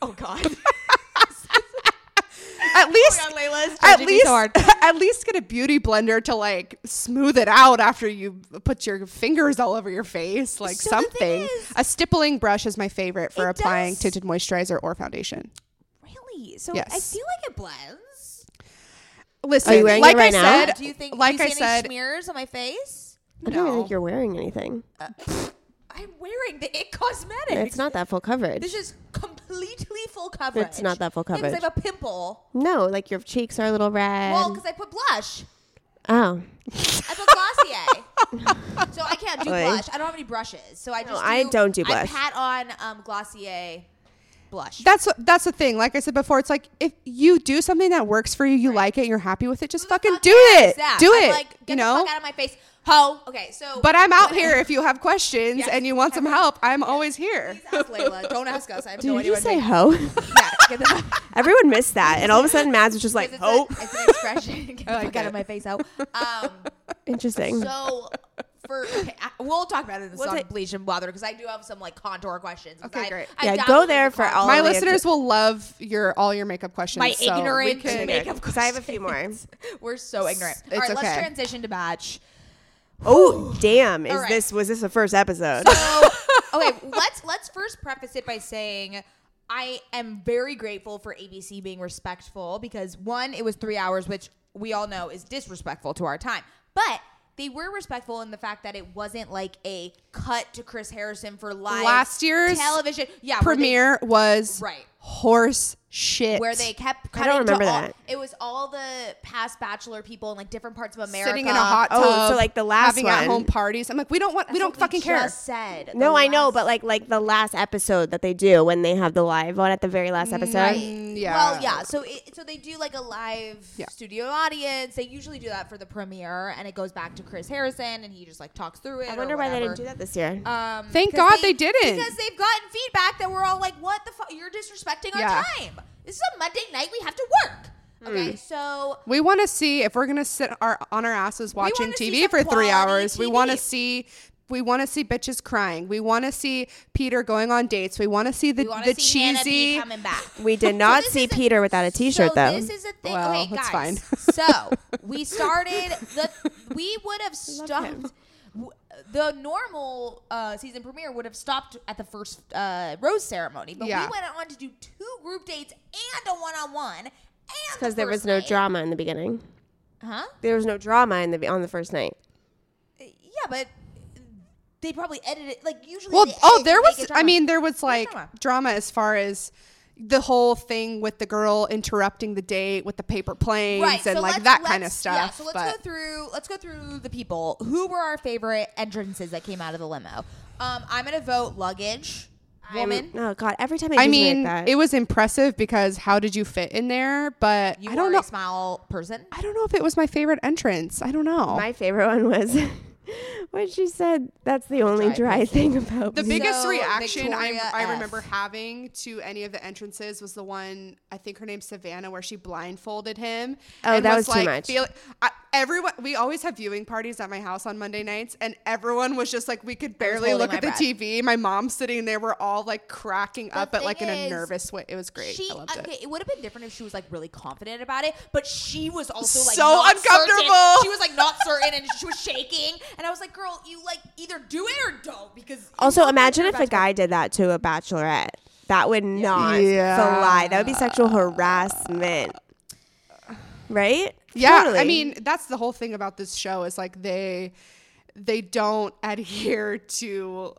Oh God. Oh, At least, God, Layla, it's at judging me so least, hard. at least get a beauty blender to like smooth it out after you put your fingers all over your face, like So the something. thing is- a stippling brush is my favorite for It applying does- tinted moisturizer or foundation. really? So I Yes. feel like it blends. Listen, Are you wearing it like right I now? said, Do you think? like do you I see said, any smears on my face? I don't even No. think you're wearing anything. I'm wearing the It Cosmetics. It's not that full coverage. This is completely full coverage. It's not that full Yeah, 'cause coverage. I have a pimple. no, like your cheeks are a little red. Well, because I put blush. oh, I put Glossier. so I can't do Really? blush. I don't have any brushes. So I just I don't do I blush. pat on um, Glossier blush. that's that's the thing. Like I said before, it's like if you do something that works for you, you like it, you're happy with it, just fucking Mm, Fuck do yes, it. yeah. Do I'm it. Like, get the you know. fuck out of my face. Ho. Okay, so But I'm out here if you have questions Yes. and you want some help. I'm always here. please ask Layla. Don't ask us. I have did no you idea. just what to say make- ho? Yeah, get the fuck Everyone missed that, and all of a sudden, Mads was just like, it's, "Ho." a, it's an expression. Get the like fuck out it. of my face. Ho. Um, Interesting. So for okay, I, we'll talk about it in the We'll on take- bleach and bother because I do have some like contour questions. 'cause Okay, I, great. I Yeah, dabbled go in there the for contour- all My of the- listeners will love your all your makeup questions. my so we ignorant can- makeup Because I have a few more. questions. We're so ignorant. It's all right, let's okay. transition to batch. oh, damn! Is right. this was this the first episode? So okay, let's let's first preface it by saying. I am very grateful for ABC being respectful because one, it was three hours, which we all know is disrespectful to our time. But they were respectful in the fact that it wasn't like a cut to Chris Harrison for live Last year's television. Yeah, where they- premiere was Right. horse shit. where they kept I cutting don't remember to all, that. It was all the past Bachelor people in like different parts of America. sitting in a hot tub. Oh, so, like, the last having at one. home parties. I'm like, we don't want, we That's don't what fucking care. Just said no, The I know, last- but like like the last episode that they do when they have the live one at the very last episode. Mm, yeah. Well, yeah. So it, so they do like a live Yeah. studio audience. They usually do that for the premiere, and it goes back to Chris Harrison, and he just like talks through it. I wonder why they didn't do that this year. Um, Thank because God they didn't. Because they've gotten feedback that we're all like, "What the fuck? You're disrespecting our Yeah. Hmm. time. This is a Monday night. We have to work." Okay, so We want to see if we're gonna sit our on our asses watching wanna see TV some for three quality hours. We want to TV. see. We want to see bitches crying. We want to see Peter going on dates. We want to see the we want the to see Hannah B cheesy. coming back. we did not this see is a- Peter without a T-shirt so though. This is a thing. Well, okay, that's guys. fine. so we started the. We would have stopped. w- The normal uh, season premiere would have stopped at the first uh, rose ceremony, but Yeah. we went on to do two group dates and a one-on-one, and Because the there was first no night. drama in the beginning. huh? There was no drama in the on the first night. Yeah, but they probably edited like usually. Well, they oh, edit there to make was. it I drama. mean, there was like drama. drama. as far as the whole thing with the girl interrupting the date with the paper planes and so like let's- that kind of let's- stuff. Yeah, so let's but go through let's go through the people. Who were our favorite entrances that came out of the limo? Um, I'm gonna vote luggage. Woman. Oh God! Every time I mean, like that, it was impressive because how did you fit in there? But you I are don't know. a smile person. I don't know if it was my favorite entrance. I don't know. my favorite one was when she said, "That's the only Dry dry thing about the me." biggest So, reaction I, Victoria I F. remember having to any of the entrances was the one I think her name's Savannah where she blindfolded him. Oh, and that was too much. feel- I, everyone, we always have viewing parties at my house on Monday nights, and everyone was just like, we could barely holding look my at the breath. TV. My mom's sitting there, we're all like cracking up, but thing like in a is, nervous way. It was great. She I loved okay, it. it would have been different if she was like really confident about it, but she was also like So not uncomfortable. certain. She was like not certain and she was shaking. And I was like, "Girl, you like either do it or don't." Because also, imagine if a guy did that to a bachelorette. That would not Yeah. fly. That would be sexual harassment, right? Yeah, I Totally. mean that's the whole thing about this show is like they they don't adhere to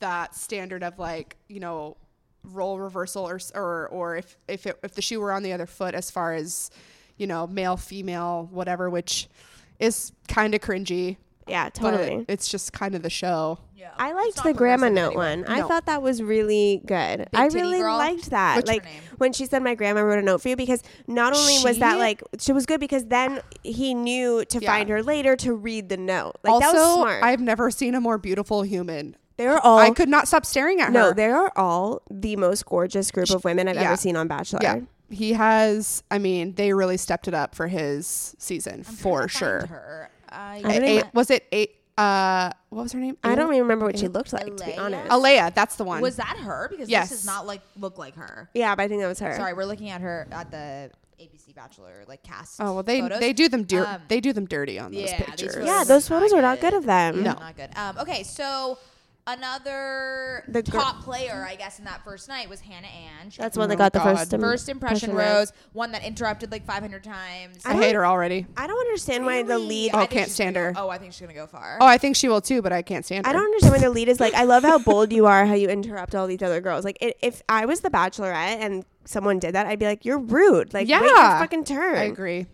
that standard of like you know role reversal or s- or or if if it, if the shoe were on the other foot as far as you know male female whatever which is kind of cringy yeah, but totally. it's just kind of the show yeah, I it's liked not the grandma progressive note anyway. one. I thought that was really good. I titty really girl? liked that. What's her like name? when she said my grandma wrote a note for you because not only was that She- like she was good because then he knew to Yeah. find her later to read the note. Like also that was smart. I've never seen a more beautiful human they're all I could not stop staring at no, her they are all the most gorgeous group of women I've yeah. ever seen on Bachelor. yeah He has. I mean, they really stepped it up for his season for sure. Her. I, I don't A- even- was it eight? Uh, what was her name? I don't even remember what she looked like, to be Alea? honest. Alea, that's the one. was that her? Because Yes. this does not like look like her. yeah, but I think that was her. Sorry, we're looking at her at the ABC Bachelor like cast. oh well, they photos. they do them dir- Um, they do them dirty on those yeah, these pictures. photos Yeah, those photos were not good of them. Yeah, No. not good. Um, okay, so another The gir- top player, I guess, in that first night was Hannah Ange. That's when Oh they got the God. first im- first impression impression rose, one that interrupted like 500 times. I hate her already. I don't understand why the lead. Oh, I think can't she's stand gonna- her. Oh, I think she's gonna go far. Oh, I think she will too, but I can't stand her. I don't understand why the lead is like. I love how bold you are, how you interrupt all these other girls. Like, it, if I was the Bachelorette and someone did that, I'd be like, "You're rude. Like, Yeah, wait your fucking turn." I agree.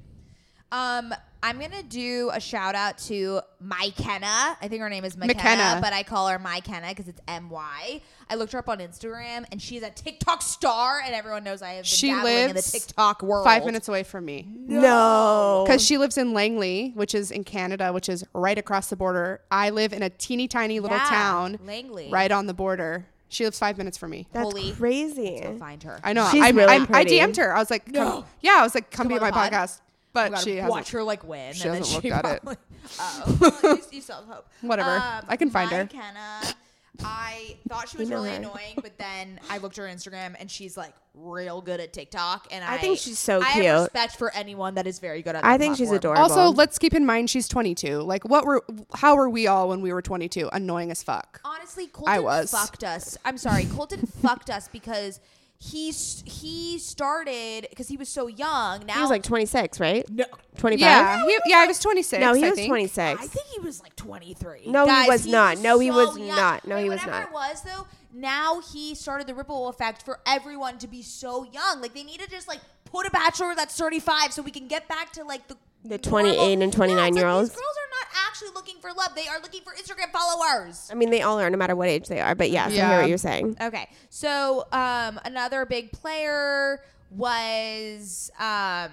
Um, I'm gonna do a shout out to MyKenna. I think her name is McKenna, McKenna. but I call her MyKenna because it's M Y. I looked her up on Instagram, and she's a TikTok star, and everyone knows I have been She dabbling in the lives TikTok world. Five minutes away from me. No, Because she lives in Langley, which is in Canada, which is right across the border. I live in a teeny tiny little Yeah, town Langley. right on the border. She lives five minutes from me. that's Holy- crazy. Go find her. I know. She's I'm, really I'm, I pretty. DM'd her. I was like, come, yeah, I was like, come, be on at my the pod. podcast. You But gotta she hasn't. watch her like win. she and then hasn't she looked at it. probably, Oh, you, you still have hope. Whatever. I can find her. MyKenna, I thought she was Email really her. annoying, but then I looked at her Instagram and she's like real good at TikTok. And I, I think she's so I cute. have respect for anyone that is very good at. I that think she's platform. adorable. Also, let's keep in mind she's 22. Like, what were, how were we all when we were 22? Annoying as fuck. Honestly, Colton was. fucked us. I'm sorry, Colton fucked us because he s- he started because he was so young. Now he was like 26, right? No, 25. Yeah, he, yeah, I was 26. no, he I was think. 26. I think he was like 23. No, he Guys, was not. No, he was young. not. No, But he was whatever not. it was though, now he started the ripple effect for everyone to be so young. Like they need to just like put a bachelor that's 35 so we can get back to like the The 28 and 29 year olds. These girls are not actually looking for love. They are looking for Instagram followers. I mean, they all are, no matter what age they are. But yes, I hear Yeah. what you're saying. Okay. So, um another big player was um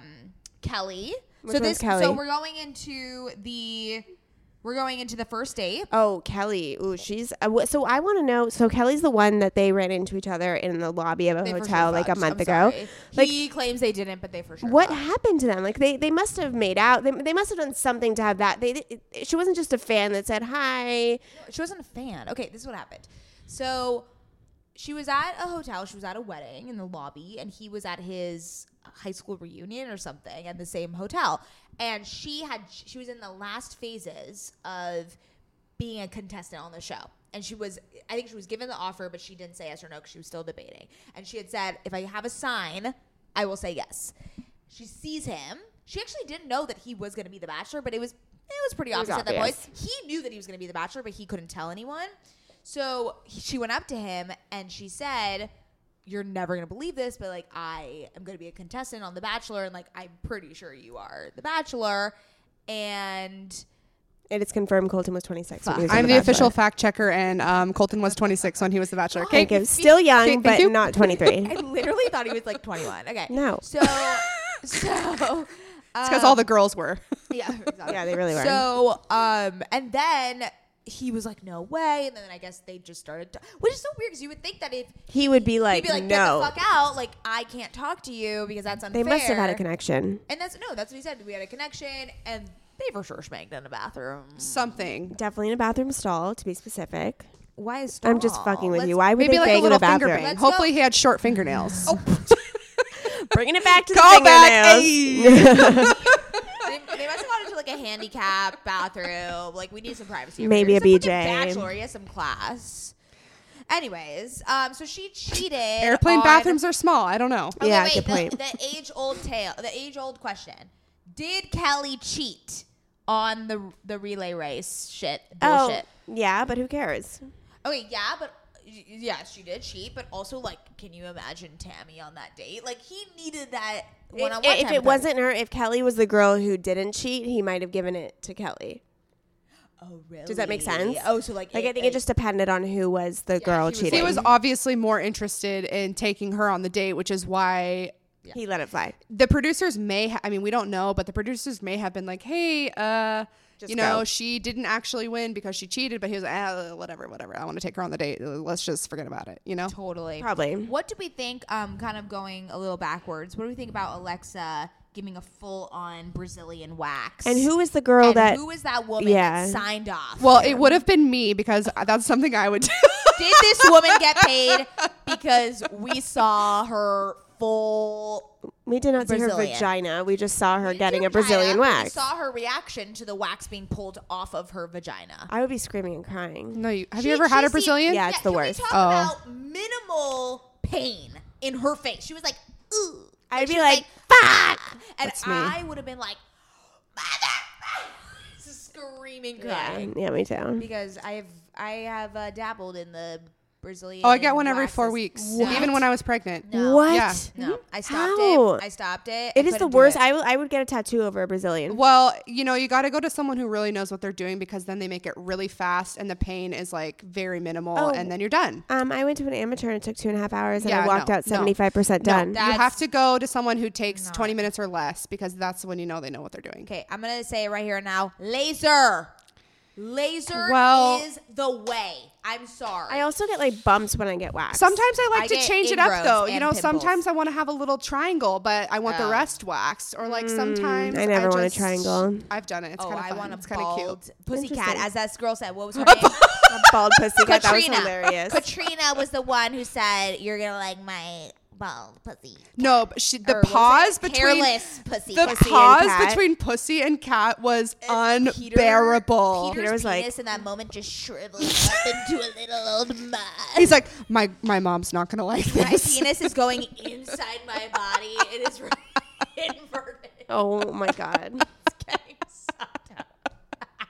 Kelly. so Which one's this Kelly? so we're going into the we're going into the first date. Oh, Kelly. Ooh, she's uh, wh- so I want to know. So Kelly's the one that they ran into each other in the lobby of a They for hotel sure like a fucked. month I'm ago. sorry. Like, he claims they didn't, but they for sure. what fucked. happened to them? Like they, they must have made out. They, they must have done something to have that. They, they- she wasn't just a fan that said hi. She wasn't a fan. Okay, this is what happened. So she was at a hotel. She was at a wedding in the lobby, and he was at his high school reunion or something at the same hotel. And she had she was in the last phases of being a contestant on the show. And she was, I think she was given the offer, but she didn't say yes or no because she was still debating. And she had said, if I have a sign, I will say yes. She sees him. She actually didn't know that he was going to be the bachelor, but it was it was pretty obvious, at that obvious. point. He knew that he was going to be the bachelor, but he couldn't tell anyone. So he- she went up to him and she said, "You're never going to believe this, but like I am going to be a contestant on The Bachelor, and like I'm pretty sure you are the bachelor." And And it's confirmed Colton was 26. when he was on I'm the Bachelor. official fact checker, and um, Colton was 26 when he was the Bachelor. Okay, Thank you. Still young, Thank but you. not 23. I literally thought he was like 21. Okay. No. So, so. it's because all the girls were. Yeah, exactly. yeah, they really were. So, um, and then he was like, "No way!" And then I guess they just started, t- which is so weird because you would think that if he would be he'd like, be like, "Get no. the fuck out," like I can't talk to you because that's They unfair. must have had a connection. And that's no, that's what he said. We had a connection, and they for sure spanked in the bathroom. Something. Definitely in a bathroom stall, to be specific. Why is I'm just stall? fucking with Let's- you. Why would Maybe they bang in like a a little finger bathroom? bang. Let's Hopefully, go. he had short fingernails. Oh, Bringing it back to the call back. fingernails. Ayy. They, they must have wanted to like a handicap bathroom. Like we need some privacy. over Maybe here. a He's BJ. fucking Bachelor, he has some class. Anyways, um, so she cheated. Airplane on- Oh, bathrooms are small. I don't know. Yeah, wait, good wait, point. The, the age old tale, the age old question: Did Kelly cheat on the the relay race Oh, shit bullshit? yeah, but who cares? Okay, yeah, but y- yeah, she did cheat, but also like, can you imagine Tammy on that date? Like, he needed that one on one. if it wasn't her, if Kelly was the girl who didn't cheat, he might have given it to Kelly. oh really? Does that make sense? Oh, so like, Like, I think it just depended on who was the girl he was- cheating. He was obviously more interested in taking her on the date, which is why He let it fly. the producers may ha- i mean we don't know but the producers may have been like hey uh you know, she didn't actually win because she cheated, but he was like, ah, whatever, whatever. I want to take her on the date. Let's just forget about it, you know? Totally. Probably. What do we think? Um, kind of going a little backwards. What do we think about Alexa giving a full-on Brazilian wax? And who is the girl And that? who is that woman Yeah. that signed off? Well, it would have been me because that's something I would do. did this woman get paid? Because we saw her full we did not see her Brazilian. vagina. We just saw her getting a vagina. Brazilian We wax. saw her reaction to the wax being pulled off of her vagina. I would be screaming and crying. no, you, have She- you ever had she a seemed- Brazilian? Yeah. it's the can we worst. talk Oh. about minimal pain in her face. She was like, ooh. I'd she be was like, "Fuck!" And That's me. I would have been like, mother, screaming, Yeah, crying. yeah, me too. Because I have I have uh, dabbled in the Brazilian. Oh, I get one every four waxes. weeks, No. even when I was pregnant. No. What? Yeah. No, I stopped How? it. I stopped it. I It is the couldn't do worst. it. I will- I would get a tattoo over a Brazilian. Well, you know, you got to go to someone who really knows what they're doing because then they make it really fast and the pain is like very minimal Oh. and then you're done. Um, I went to an amateur and it took two and a half hours, and I Yeah, walked no, out no, seventy five percent No, done. you have That's to go to someone who takes not- 20 minutes or less because that's when you know they know what they're doing. Okay, I'm gonna say it right here and now. Laser, laser Well- is the way. I'm sorry. I also get like bumps when I get waxed. Sometimes I like I to get change it inroads up though. You and know, pimples. sometimes I want to have a little triangle, but I want the Oh. rest waxed. Or like sometimes Mm, I never want a just- triangle. I've done it. It's oh, kind of I fun. want a it's kind of bald cute. pussycat, Interesting. as that girl said. What was her name? a bald pussycat. that was Katrina. hilarious. Katrina was the one who said, "You're gonna like my bald pussy." No, but she, the Or what was pause it? between hairless pussy. the pussy. pause cat. between pussy and cat was Uh, Peter- unbearable. Peter's Peter was like- penis in that moment just shriveled up into a little old mud. He's like, my my mom's not gonna like My this. penis is going inside my body. It is inverted. Oh my god, It's getting sucked out.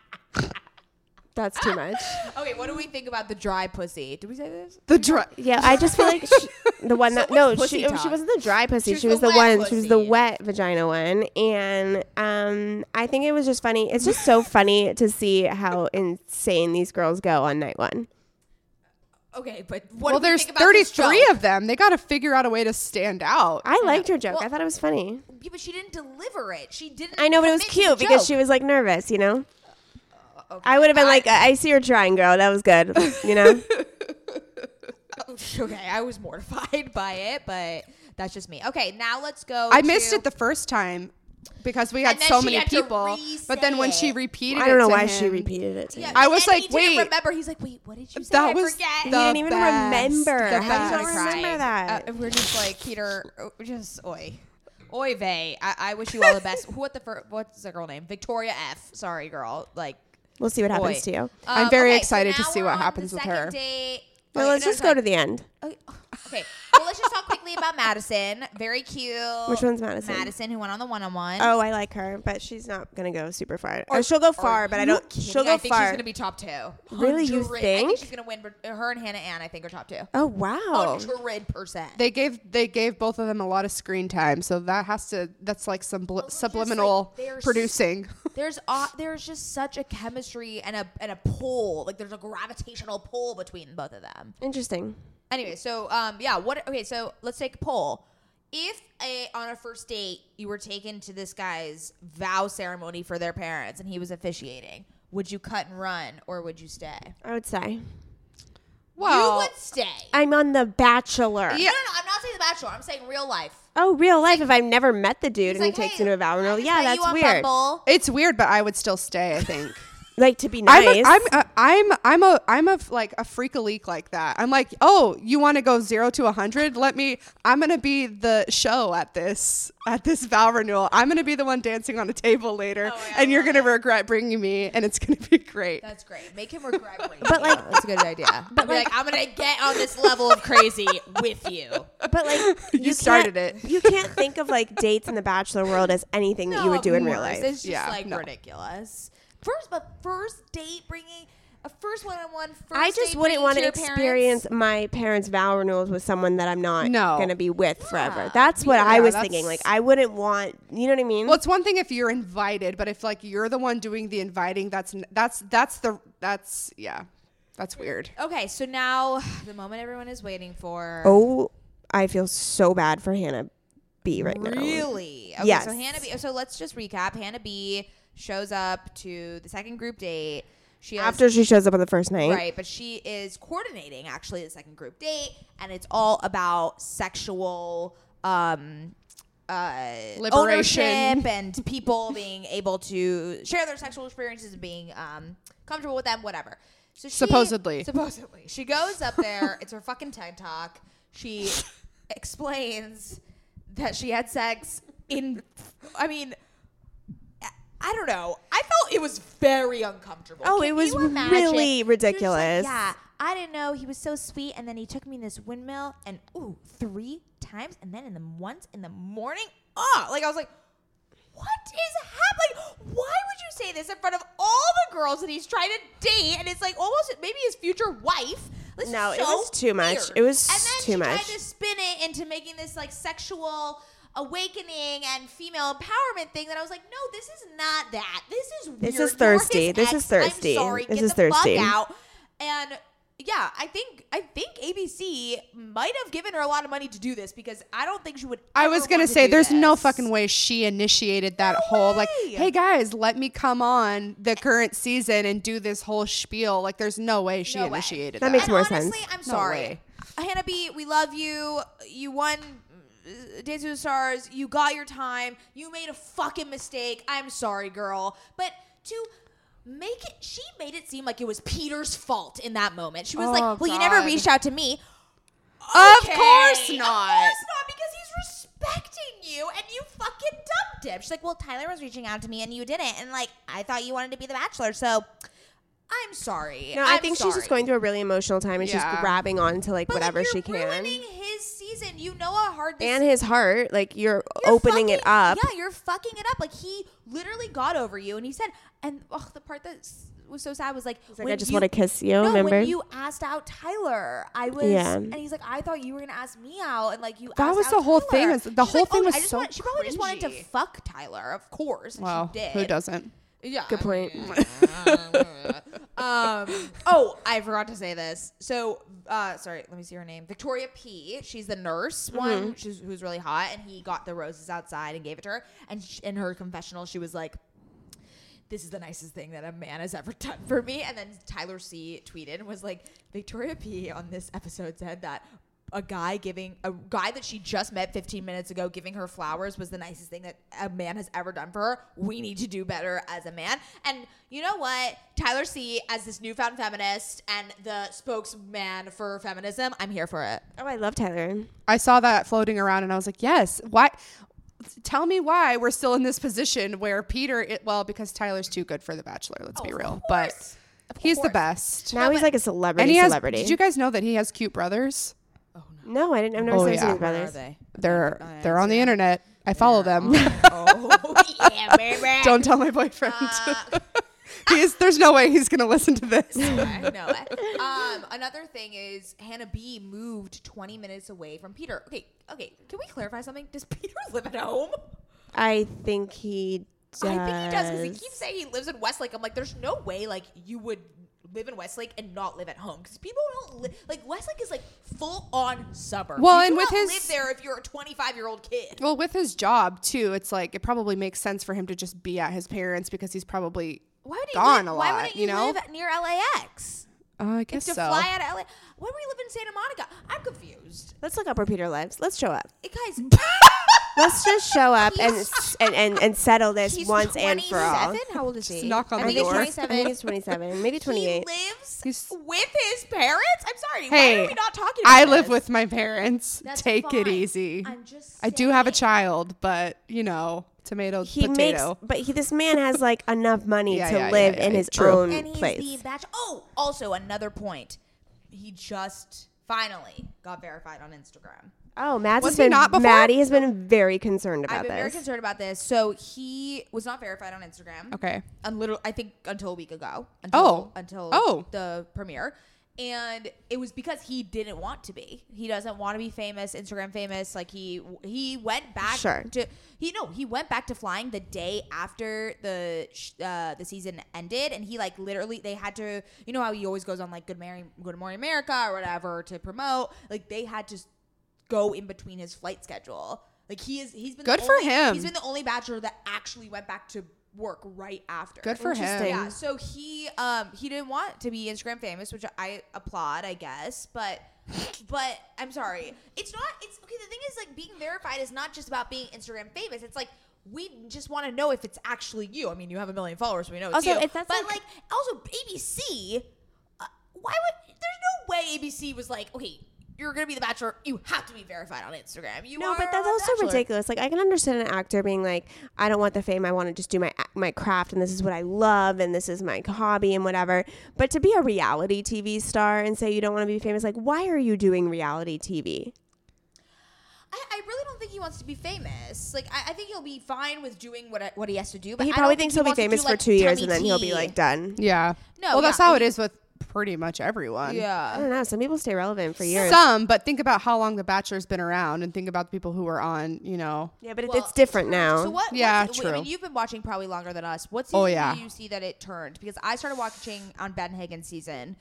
that's too much. Okay, what do we think about the dry pussy? Did we say this? The dry. Yeah, I just feel like she, the one that no, much she pussy she talk. wasn't the dry pussy. She was was, the, the one. wet She was the pussy. wet vagina one, and um, I think it was just funny. It's just so funny to see how insane these girls go on night one. Okay, but what Well, do we there's think about this 33 joke? of them. They got to figure out a way to stand out. I liked her joke. I Well- thought it was funny. Yeah, but she didn't deliver it. She didn't. I know, but it was commit to cute the because she joke. was like nervous. You know, Okay. I would have been like, I see her trying, girl. That was good. You know. okay, I was mortified by it, but that's just me. Okay, now let's go. I missed to- it the first time because we had And then so she many had to people. re-say But then when she it. repeated, I don't it know to why she him- repeated it. To Yeah, me. I was and he like, didn't wait. remember? He's like, wait, what did you say? That I was forget. the didn't even best. remember. I How The did best. you don't remember that? Uh, we're just like Peter, uh, just oi, oi vey. I, I wish you all the best. What the fir- what's the girl name? Victoria F. Sorry, girl. Like We'll see what happens Boy. to you. I'm Um, very okay, so excited to now see we're what on the happens with second her. date. Well, Wait, let's no, just go sorry. to the end. Okay. oh, okay. Well, let's just talk quickly about Madison. Very cute. Which one's Madison? Madison, who went on the one-on-one. Oh, I like her, but she's not gonna go super far. Or she'll go far, but I You don't. kidding? She'll go I think far. she's gonna be top two. Really? You 100. I think? think she's gonna win. but Her and Hannah Ann, I think, are top two. oh wow! Hundred percent. They gave they gave both of them a lot of screen time, so that has to that's like some bl- just, like, subliminal they're s- producing. There's uh, there's just such a chemistry and a and a pull. Like there's a gravitational pull between both of them. Interesting. Anyway, so um yeah, what okay, so let's take a poll. If a, on a first date you were taken to this guy's vow ceremony for their parents and he was officiating, would you cut and run or would you stay? I would say well, you would stay. I'm on The Bachelor. No, no, no, I'm not saying The Bachelor. I'm saying real life. Oh, real life. If I've never met the dude It's and like, he takes hey, me to a vow renewal, I yeah, met you that's on weird. Bumble. it's weird, but I would still stay. I think. Like to be I'm nice. a, I'm a, I'm I'm a I'm a like a freak a leak like that. I'm like, oh, you want to go zero to a hundred? Let me. I'm gonna be the show at this at this vow renewal. I'm gonna be the one dancing on a table later, and you're gonna regret bringing me, and it's gonna be great. That's great. Make him regret bringing But, you. like- that's a good idea. But like, I'm gonna get on this level of crazy with you. but like You can't- started it. You can't think of like dates in the Bachelor world as anything that you would do in real life. It's just Yeah, like no. ridiculous. First, but first date bringing a first one-on-one. First I just date wouldn't bringing want to your parents. experience my parents' vow renewals with someone that I'm not No. going to be with forever. Yeah. That's what I Yeah, was that's- thinking. Like, I wouldn't want, you know what I mean? Well, it's one thing if you're invited, but if like you're the one doing the inviting, that's n- that's that's the that's yeah, that's weird. Okay, so now the moment everyone is waiting for. oh, I feel so bad for Hannah B right now. Really? Okay, Yes. So Hannah B. So let's just recap. Hannah B. shows up to the second group date. She has After she shows up on the first night. Right, but she is coordinating actually the second group date, and it's all about sexual um, uh, Liberation. ownership and people being able to share their sexual experiences and being um, comfortable with them, whatever. So she, Supposedly. supposedly, she goes up there. it's her fucking TED talk. She explains that she had sex in. I mean. I- I don't know. I felt it was very uncomfortable. Oh, it Can was you imagine? really She was just like, ridiculous. yeah, I didn't know he was so sweet, and then he took me in this windmill, and ooh, three times, and then in the once in the morning. Oh, like I was like, what is happening? Why would you say this in front of all the girls that he's trying to date? And it's like almost maybe his future wife. This is No, it so was too much. weird. It was and then too she much. Tried to spin it into making this like sexual awakening and female empowerment thing that I was like, no, this is not that. This is weird. This is You're his thirsty. This ex. is thirsty. I'm sorry. This Get is the thirsty. Fuck out. And yeah, I think I think ABC might have given her a lot of money to do this because I don't think she would. I ever was gonna want to say, do there's no this. fucking way she initiated that whole like, way. hey guys, let me come on the current season and do this whole spiel. Like, there's no way she No way. initiated That that. makes and more honestly, sense. I'm No sorry. way. Hannah B, we love you. You won uh, Dancing with the Stars. You got your time. You made a fucking mistake. I'm sorry, girl. But to make it, she made it seem like it was Peter's fault in that moment. She was Oh, like, well, you never God. reached out to me. Of Okay, course Of not. course not, because he's respecting you and you fucking dumped him. She's like, well, Tyler was reaching out to me and you didn't. And like, I thought you wanted to be the bachelor. So I'm sorry. No, i I'm think she's just sorry. going through a really emotional time and Yeah. she's grabbing on to like But, whatever like, she you're can. Ruining his season. You know how hard this and his heart, like you're, You're opening it fucking- up. Yeah, you're fucking it up. Like he literally got over you, and he said, and oh, the part that s- was so sad was like, like, when I just you- want to kiss you. No, remember? when you asked out Tyler, I was, Yeah. and he's like, I thought you were gonna ask me out, and like you. That asked was out the whole Tyler." thing, is- the She's whole like, thing "Oh, was I just so want- She probably just wanted to cringy." fuck Tyler, of course. and Wow, she did. who doesn't? Yeah. Good point. Um, oh, I forgot to say this. So, uh, sorry, let me see her name. Victoria P. She's the nurse one. She's who's really hot, and he got the roses outside and gave it to her. And sh in her confessional, she was like, "This is the nicest thing that a man has ever done for me." And then Tyler C. tweeted and was like, "Victoria P. on this episode said that." A guy giving a guy that she just met 15 minutes ago giving her flowers was the nicest thing that a man has ever done for her. We need to do better as a man. And you know what? Tyler C. as this newfound feminist and the spokesman for feminism, I'm here for it. oh, I love Tyler. I saw that floating around and I was like, yes, why? Tell me why we're still in this position where Peter, it, well, because Tyler's too good for The Bachelor, let's be real, but he's the Oh, course. best. Now he's like a celebrity. And he has, celebrity. did you guys know that he has cute brothers? no, I didn't. I've never Oh, seen yeah. his Where brothers. They're, they're on the internet. I follow them. Oh yeah, baby. Don't tell my boyfriend. he's, there's no way he's going to listen to this. I know it. Um, another thing is Hannah B moved 20 minutes away from Peter. Okay, okay. Can we clarify something? Does Peter live at home? I think he does. I think he does because he keeps saying he lives in Westlake. I'm like, there's no way like you would live in Westlake and not live at home because people don't li- like Westlake is like full on suburb. Well, You do and with not his- live there if you're a 25 year old kid. Well, with his job too, it's like it probably makes sense for him to just be at his parents because he's probably Why would he gone live, a lot. Why wouldn't you know, live near LAX uh, I guess to so. fly out of LA? Why do we live in Santa Monica? I'm confused. Let's look up where Peter lives. Let's show up. It, guys, Let's just show up and, He's- s- and and and settle this he's once and for all. 27? How old is he? knock on I the think he's door. I 27. think he's 27, maybe 28. He lives He's- with his parents. I'm sorry. why Hey, are we not talking? About I live this? with my parents. That's Take fine. it easy. I'm just I do have a saying. child, but you know, tomato He makes, potato. but he, this man has like enough money Yeah, to yeah, yeah, live yeah, in yeah, his true. own and he's the place. batch. Oh, also another point. He just finally got verified on Instagram. Oh, Matt's Was has he been not before? Maddie has been very concerned I've about been very this. concerned about this. So he was not verified on Instagram. okay. And little, I think until a week ago. Until, Oh. Until Oh. the premiere. And it was because he didn't want to be. He doesn't want to be famous, Instagram famous. Like he he went back Sure. to he no he went back to flying the day after the sh- uh, the season ended, and he like literally they had to you know how he always goes on like Good Mary Good Morning America or whatever to promote. Like they had to s- go in between his flight schedule. Like he is he's been the Good for only- him. He's been the only bachelor that actually went back to work right after. Good for him. Interesting. Yeah. So he um he didn't want to be Instagram famous, which I applaud, I guess, but but I'm sorry. It's not. It's okay. The thing is, like, being verified is not just about being Instagram famous. It's like we just want to know if it's actually you. I mean, you have a million followers, so we know it's Also, you. if that's, but like- like, also ABC, uh, why would there's no way ABC was like, okay, you're gonna be the Bachelor, you have to be verified on Instagram. You No, are but that's on also Bachelor. ridiculous. Like I can understand an actor being like, I don't want the fame. I want to just do my my craft, and this is what I love, and this is my hobby, and whatever. But to be a reality TV star and say you don't want to be famous, like why are you doing reality TV? I, I really don't think he wants to be famous. Like, I, I think he'll be fine with doing what what he has to do. But He I probably don't think thinks he'll be wants to do, famous for like, two years, tummy and then he'll be tea. like done. Yeah. No, Well, yeah, that's how I it is with pretty much everyone. I Yeah. don't know. Some people stay relevant for years. Some, but think about how long The Bachelor's been around, and think about the people who are on. You know, yeah, but it, Well, it's different now. So what? Yeah, what's- I mean, true. you've been watching probably longer than us. What season Oh, yeah. do you see that it turned? Because I started watching on Ben Higgins season.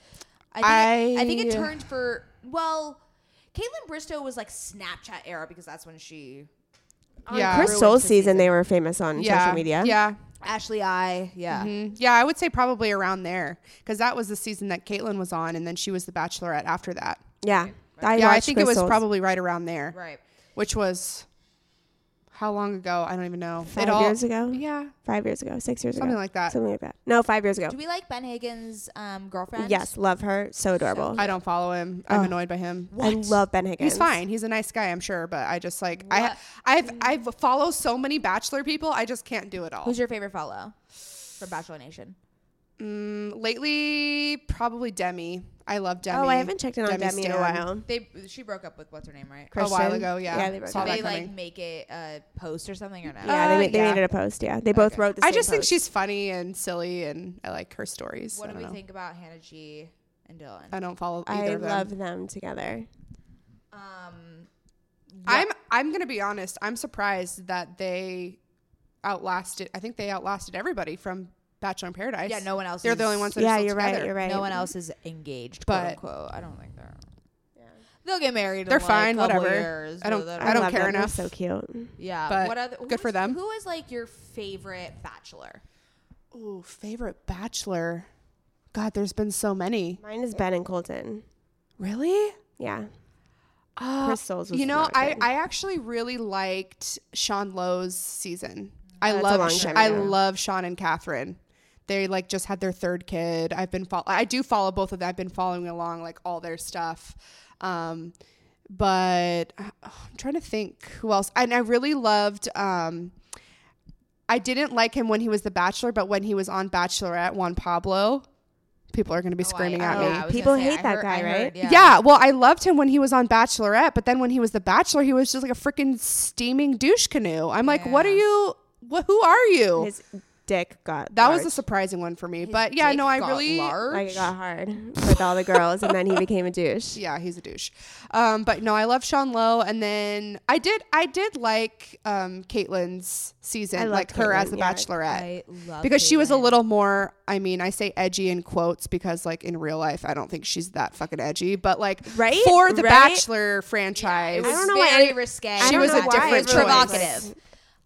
I- I think, it, I think it turned for well, Caitlyn Bristow was like Snapchat era because that's when she yeah, Chris Soul's season, they were famous on yeah, social media. yeah, Ashley I. Yeah. Mhm. yeah. I would say probably around there because that was the season that Caitlyn was on, and then she was The Bachelorette after that. yeah. I yeah, I watched think Chris it was Soules. probably right around there, right. which was how long ago? I don't even know. five it all, years ago. Yeah, Five years ago, six years Something ago, like that. Something like that. No, five years ago. Do we like Ben Higgins' um, girlfriend? Yes, love her. So adorable. I don't follow him. Oh. I'm annoyed by him. I love Ben Higgins. He's fine. He's a nice guy, I'm sure. But I just like I, I've I've follow so many Bachelor people. I just can't do it all. Who's your favorite follow from Bachelor Nation? Mm, lately, probably Demi. I love Demi. Oh, I haven't checked in on Demi, in a Stan. while. They she broke up with what's her name, right? A while Kristen. ago, yeah. Yeah, they wrote Saw Did that. that they like coming. make it a post or something or no? yeah, they, Uh, made, they yeah. made it a post. Yeah, they both wrote the same I just think post. she's funny and silly, and I like her stories. what I do don't we know. Uh, think about Hannah G and Dylan? I don't follow either I of them. love them together. Um, I'm I'm gonna be honest. I'm surprised that they outlasted. I think they outlasted everybody from Bachelor in Paradise. Yeah, no one else They're the is- only ones. That Yeah, are still you're right. together. You're right. no one else is engaged, But- quote unquote. I don't think they're. They'll get married. in, They're like, fine, couple whatever. years, I don't- but I don't love care them. enough. They're so cute. Yeah. but what other? good who's- for them. Who is like your favorite Bachelor? Ooh, favorite Bachelor. God, there's been so many. Mine is Ben and Colton. Really? Yeah, Uh, Chris Soules was you know, not I, good. I actually really liked Sean Lowe's season. I That's a love long Sh- time I ago. love Sean and Catherine. They like just had their third kid. I've been follow I do follow both of them. I've been following along like all their stuff. Um, but uh, I'm trying to think who else. And I really loved. Um, I didn't like him when he was The Bachelor, but when he was on Bachelorette, Juan Pablo. People are going to be screaming at oh, me. I was gonna People say, hate I that heard- guy, I heard, right? yeah. Yeah, well, I loved him when he was on Bachelorette, but then when he was The Bachelor, he was just like a freaking steaming douche canoe. I'm like, what are you? What? Who are you? his dick got that large. was a surprising one for me, but yeah, no, I Got really. large. like it got hard with all the girls, and then he became a douche. Yeah, he's a douche. Um, but no, I love Sean Lowe, and then I did, I did like um, Caitlyn's I season, loved like her as Caitlyn, the yeah. Bachelorette, I love because she was a Caitlyn. little more. I mean, I say edgy in quotes because, like, in real life, I don't think she's that fucking edgy, but like Right? for the Right? Bachelor franchise, I don't know why very I- risque. I She don't was know a why everyone different choice. was provocative.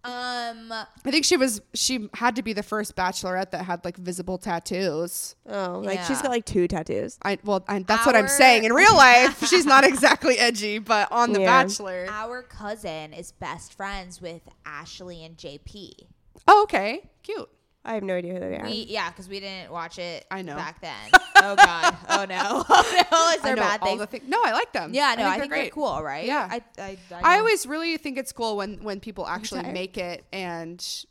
Um, I think she was she had to be the first bachelorette that had like visible tattoos. Like, oh, like she's Yeah. got like two tattoos. I well, I, that's what I'm Our- saying. In real life, she's not exactly edgy, but on the Yeah. Bachelor. our cousin is best friends with Ashley and JP. Oh, okay, cute. I have no idea who they are. We yeah, because we didn't watch it. I know. back then. oh god. Oh no. Oh no. Is I there know bad all things? the thing- No, I like them. yeah. No. I think, they're they're, great. cool, right? Yeah. I I, I, I don't- always really think it's cool when when people actually make it and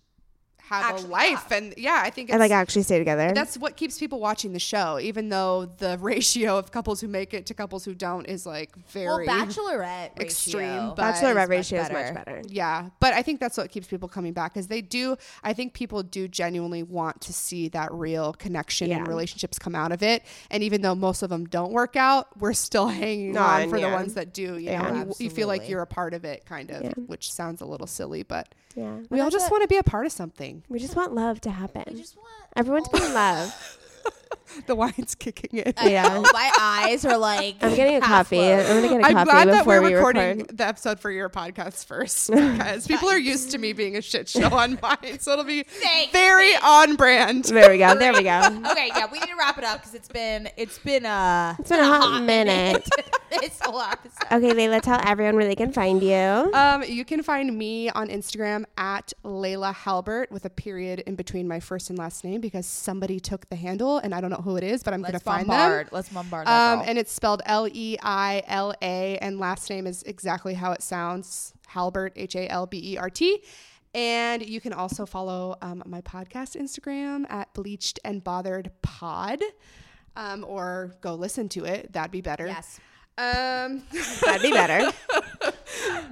have a Actually, life, and yeah, I think it's, and like actually stay together. that's what keeps people watching the show, even though the ratio of couples who make it to couples who don't is like well, very Bachelorette ratio. extreme, but- Bachelorette is ratio much is much better. better. Yeah, but I think that's what keeps people coming back because they do. I think people do genuinely want to see that real connection and Yeah. relationships come out of it. And even though most of them don't work out, we're still hanging on, On, for yeah. the ones that do. You Yeah. know, you, you feel like Absolutely. you're a part of it, kind of, Yeah. which sounds a little silly, but Yeah, we all just want to be a part of something. we just want love to happen. We just want Everyone to be in love. the wine's kicking in. Yeah. My eyes are like. I'm getting a half coffee. closed. I'm gonna get a I'm coffee glad that before we're we recording record. the episode for your podcast first because people are used to me being a shit show on mine, so it'll be Thanks, very on brand. There we go. There we go. Okay, yeah, we need to wrap it up because it's been it's been uh It's been a hot minute. this whole episode. Okay, Layla, tell everyone where they can find you. Um, you can find me on Instagram at Layla Halbert with a period in between my first and last name because somebody took the handle and I don't know who it is, but I'm going to Let's find bombard. them. Let's bombard. That Um, girl. and it's spelled L E I L A, and last name is exactly how it sounds Halbert, H A L B E R T. And you can also follow um, my podcast Instagram at Bleached and Bothered Pod, um, or go listen to it. That'd be better. yes. Um, That'd be better.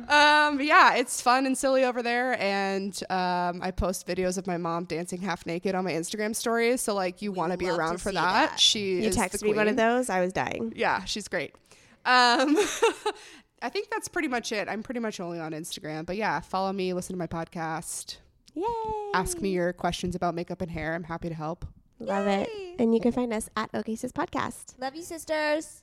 um, yeah, it's fun and silly over there, and um, I post videos of my mom dancing half naked on my Instagram stories. So like, you want to be love to around for see that. that. She You is the texted me one queen. of those. I was dying. Yeah, she's great. Um, I think that's pretty much it. I'm pretty much only on Instagram, but yeah, follow me, listen to my podcast, Yay. ask me your questions about makeup and hair. I'm happy to help. Love it. And you can find us at OK Sis Podcast. Love you, sisters.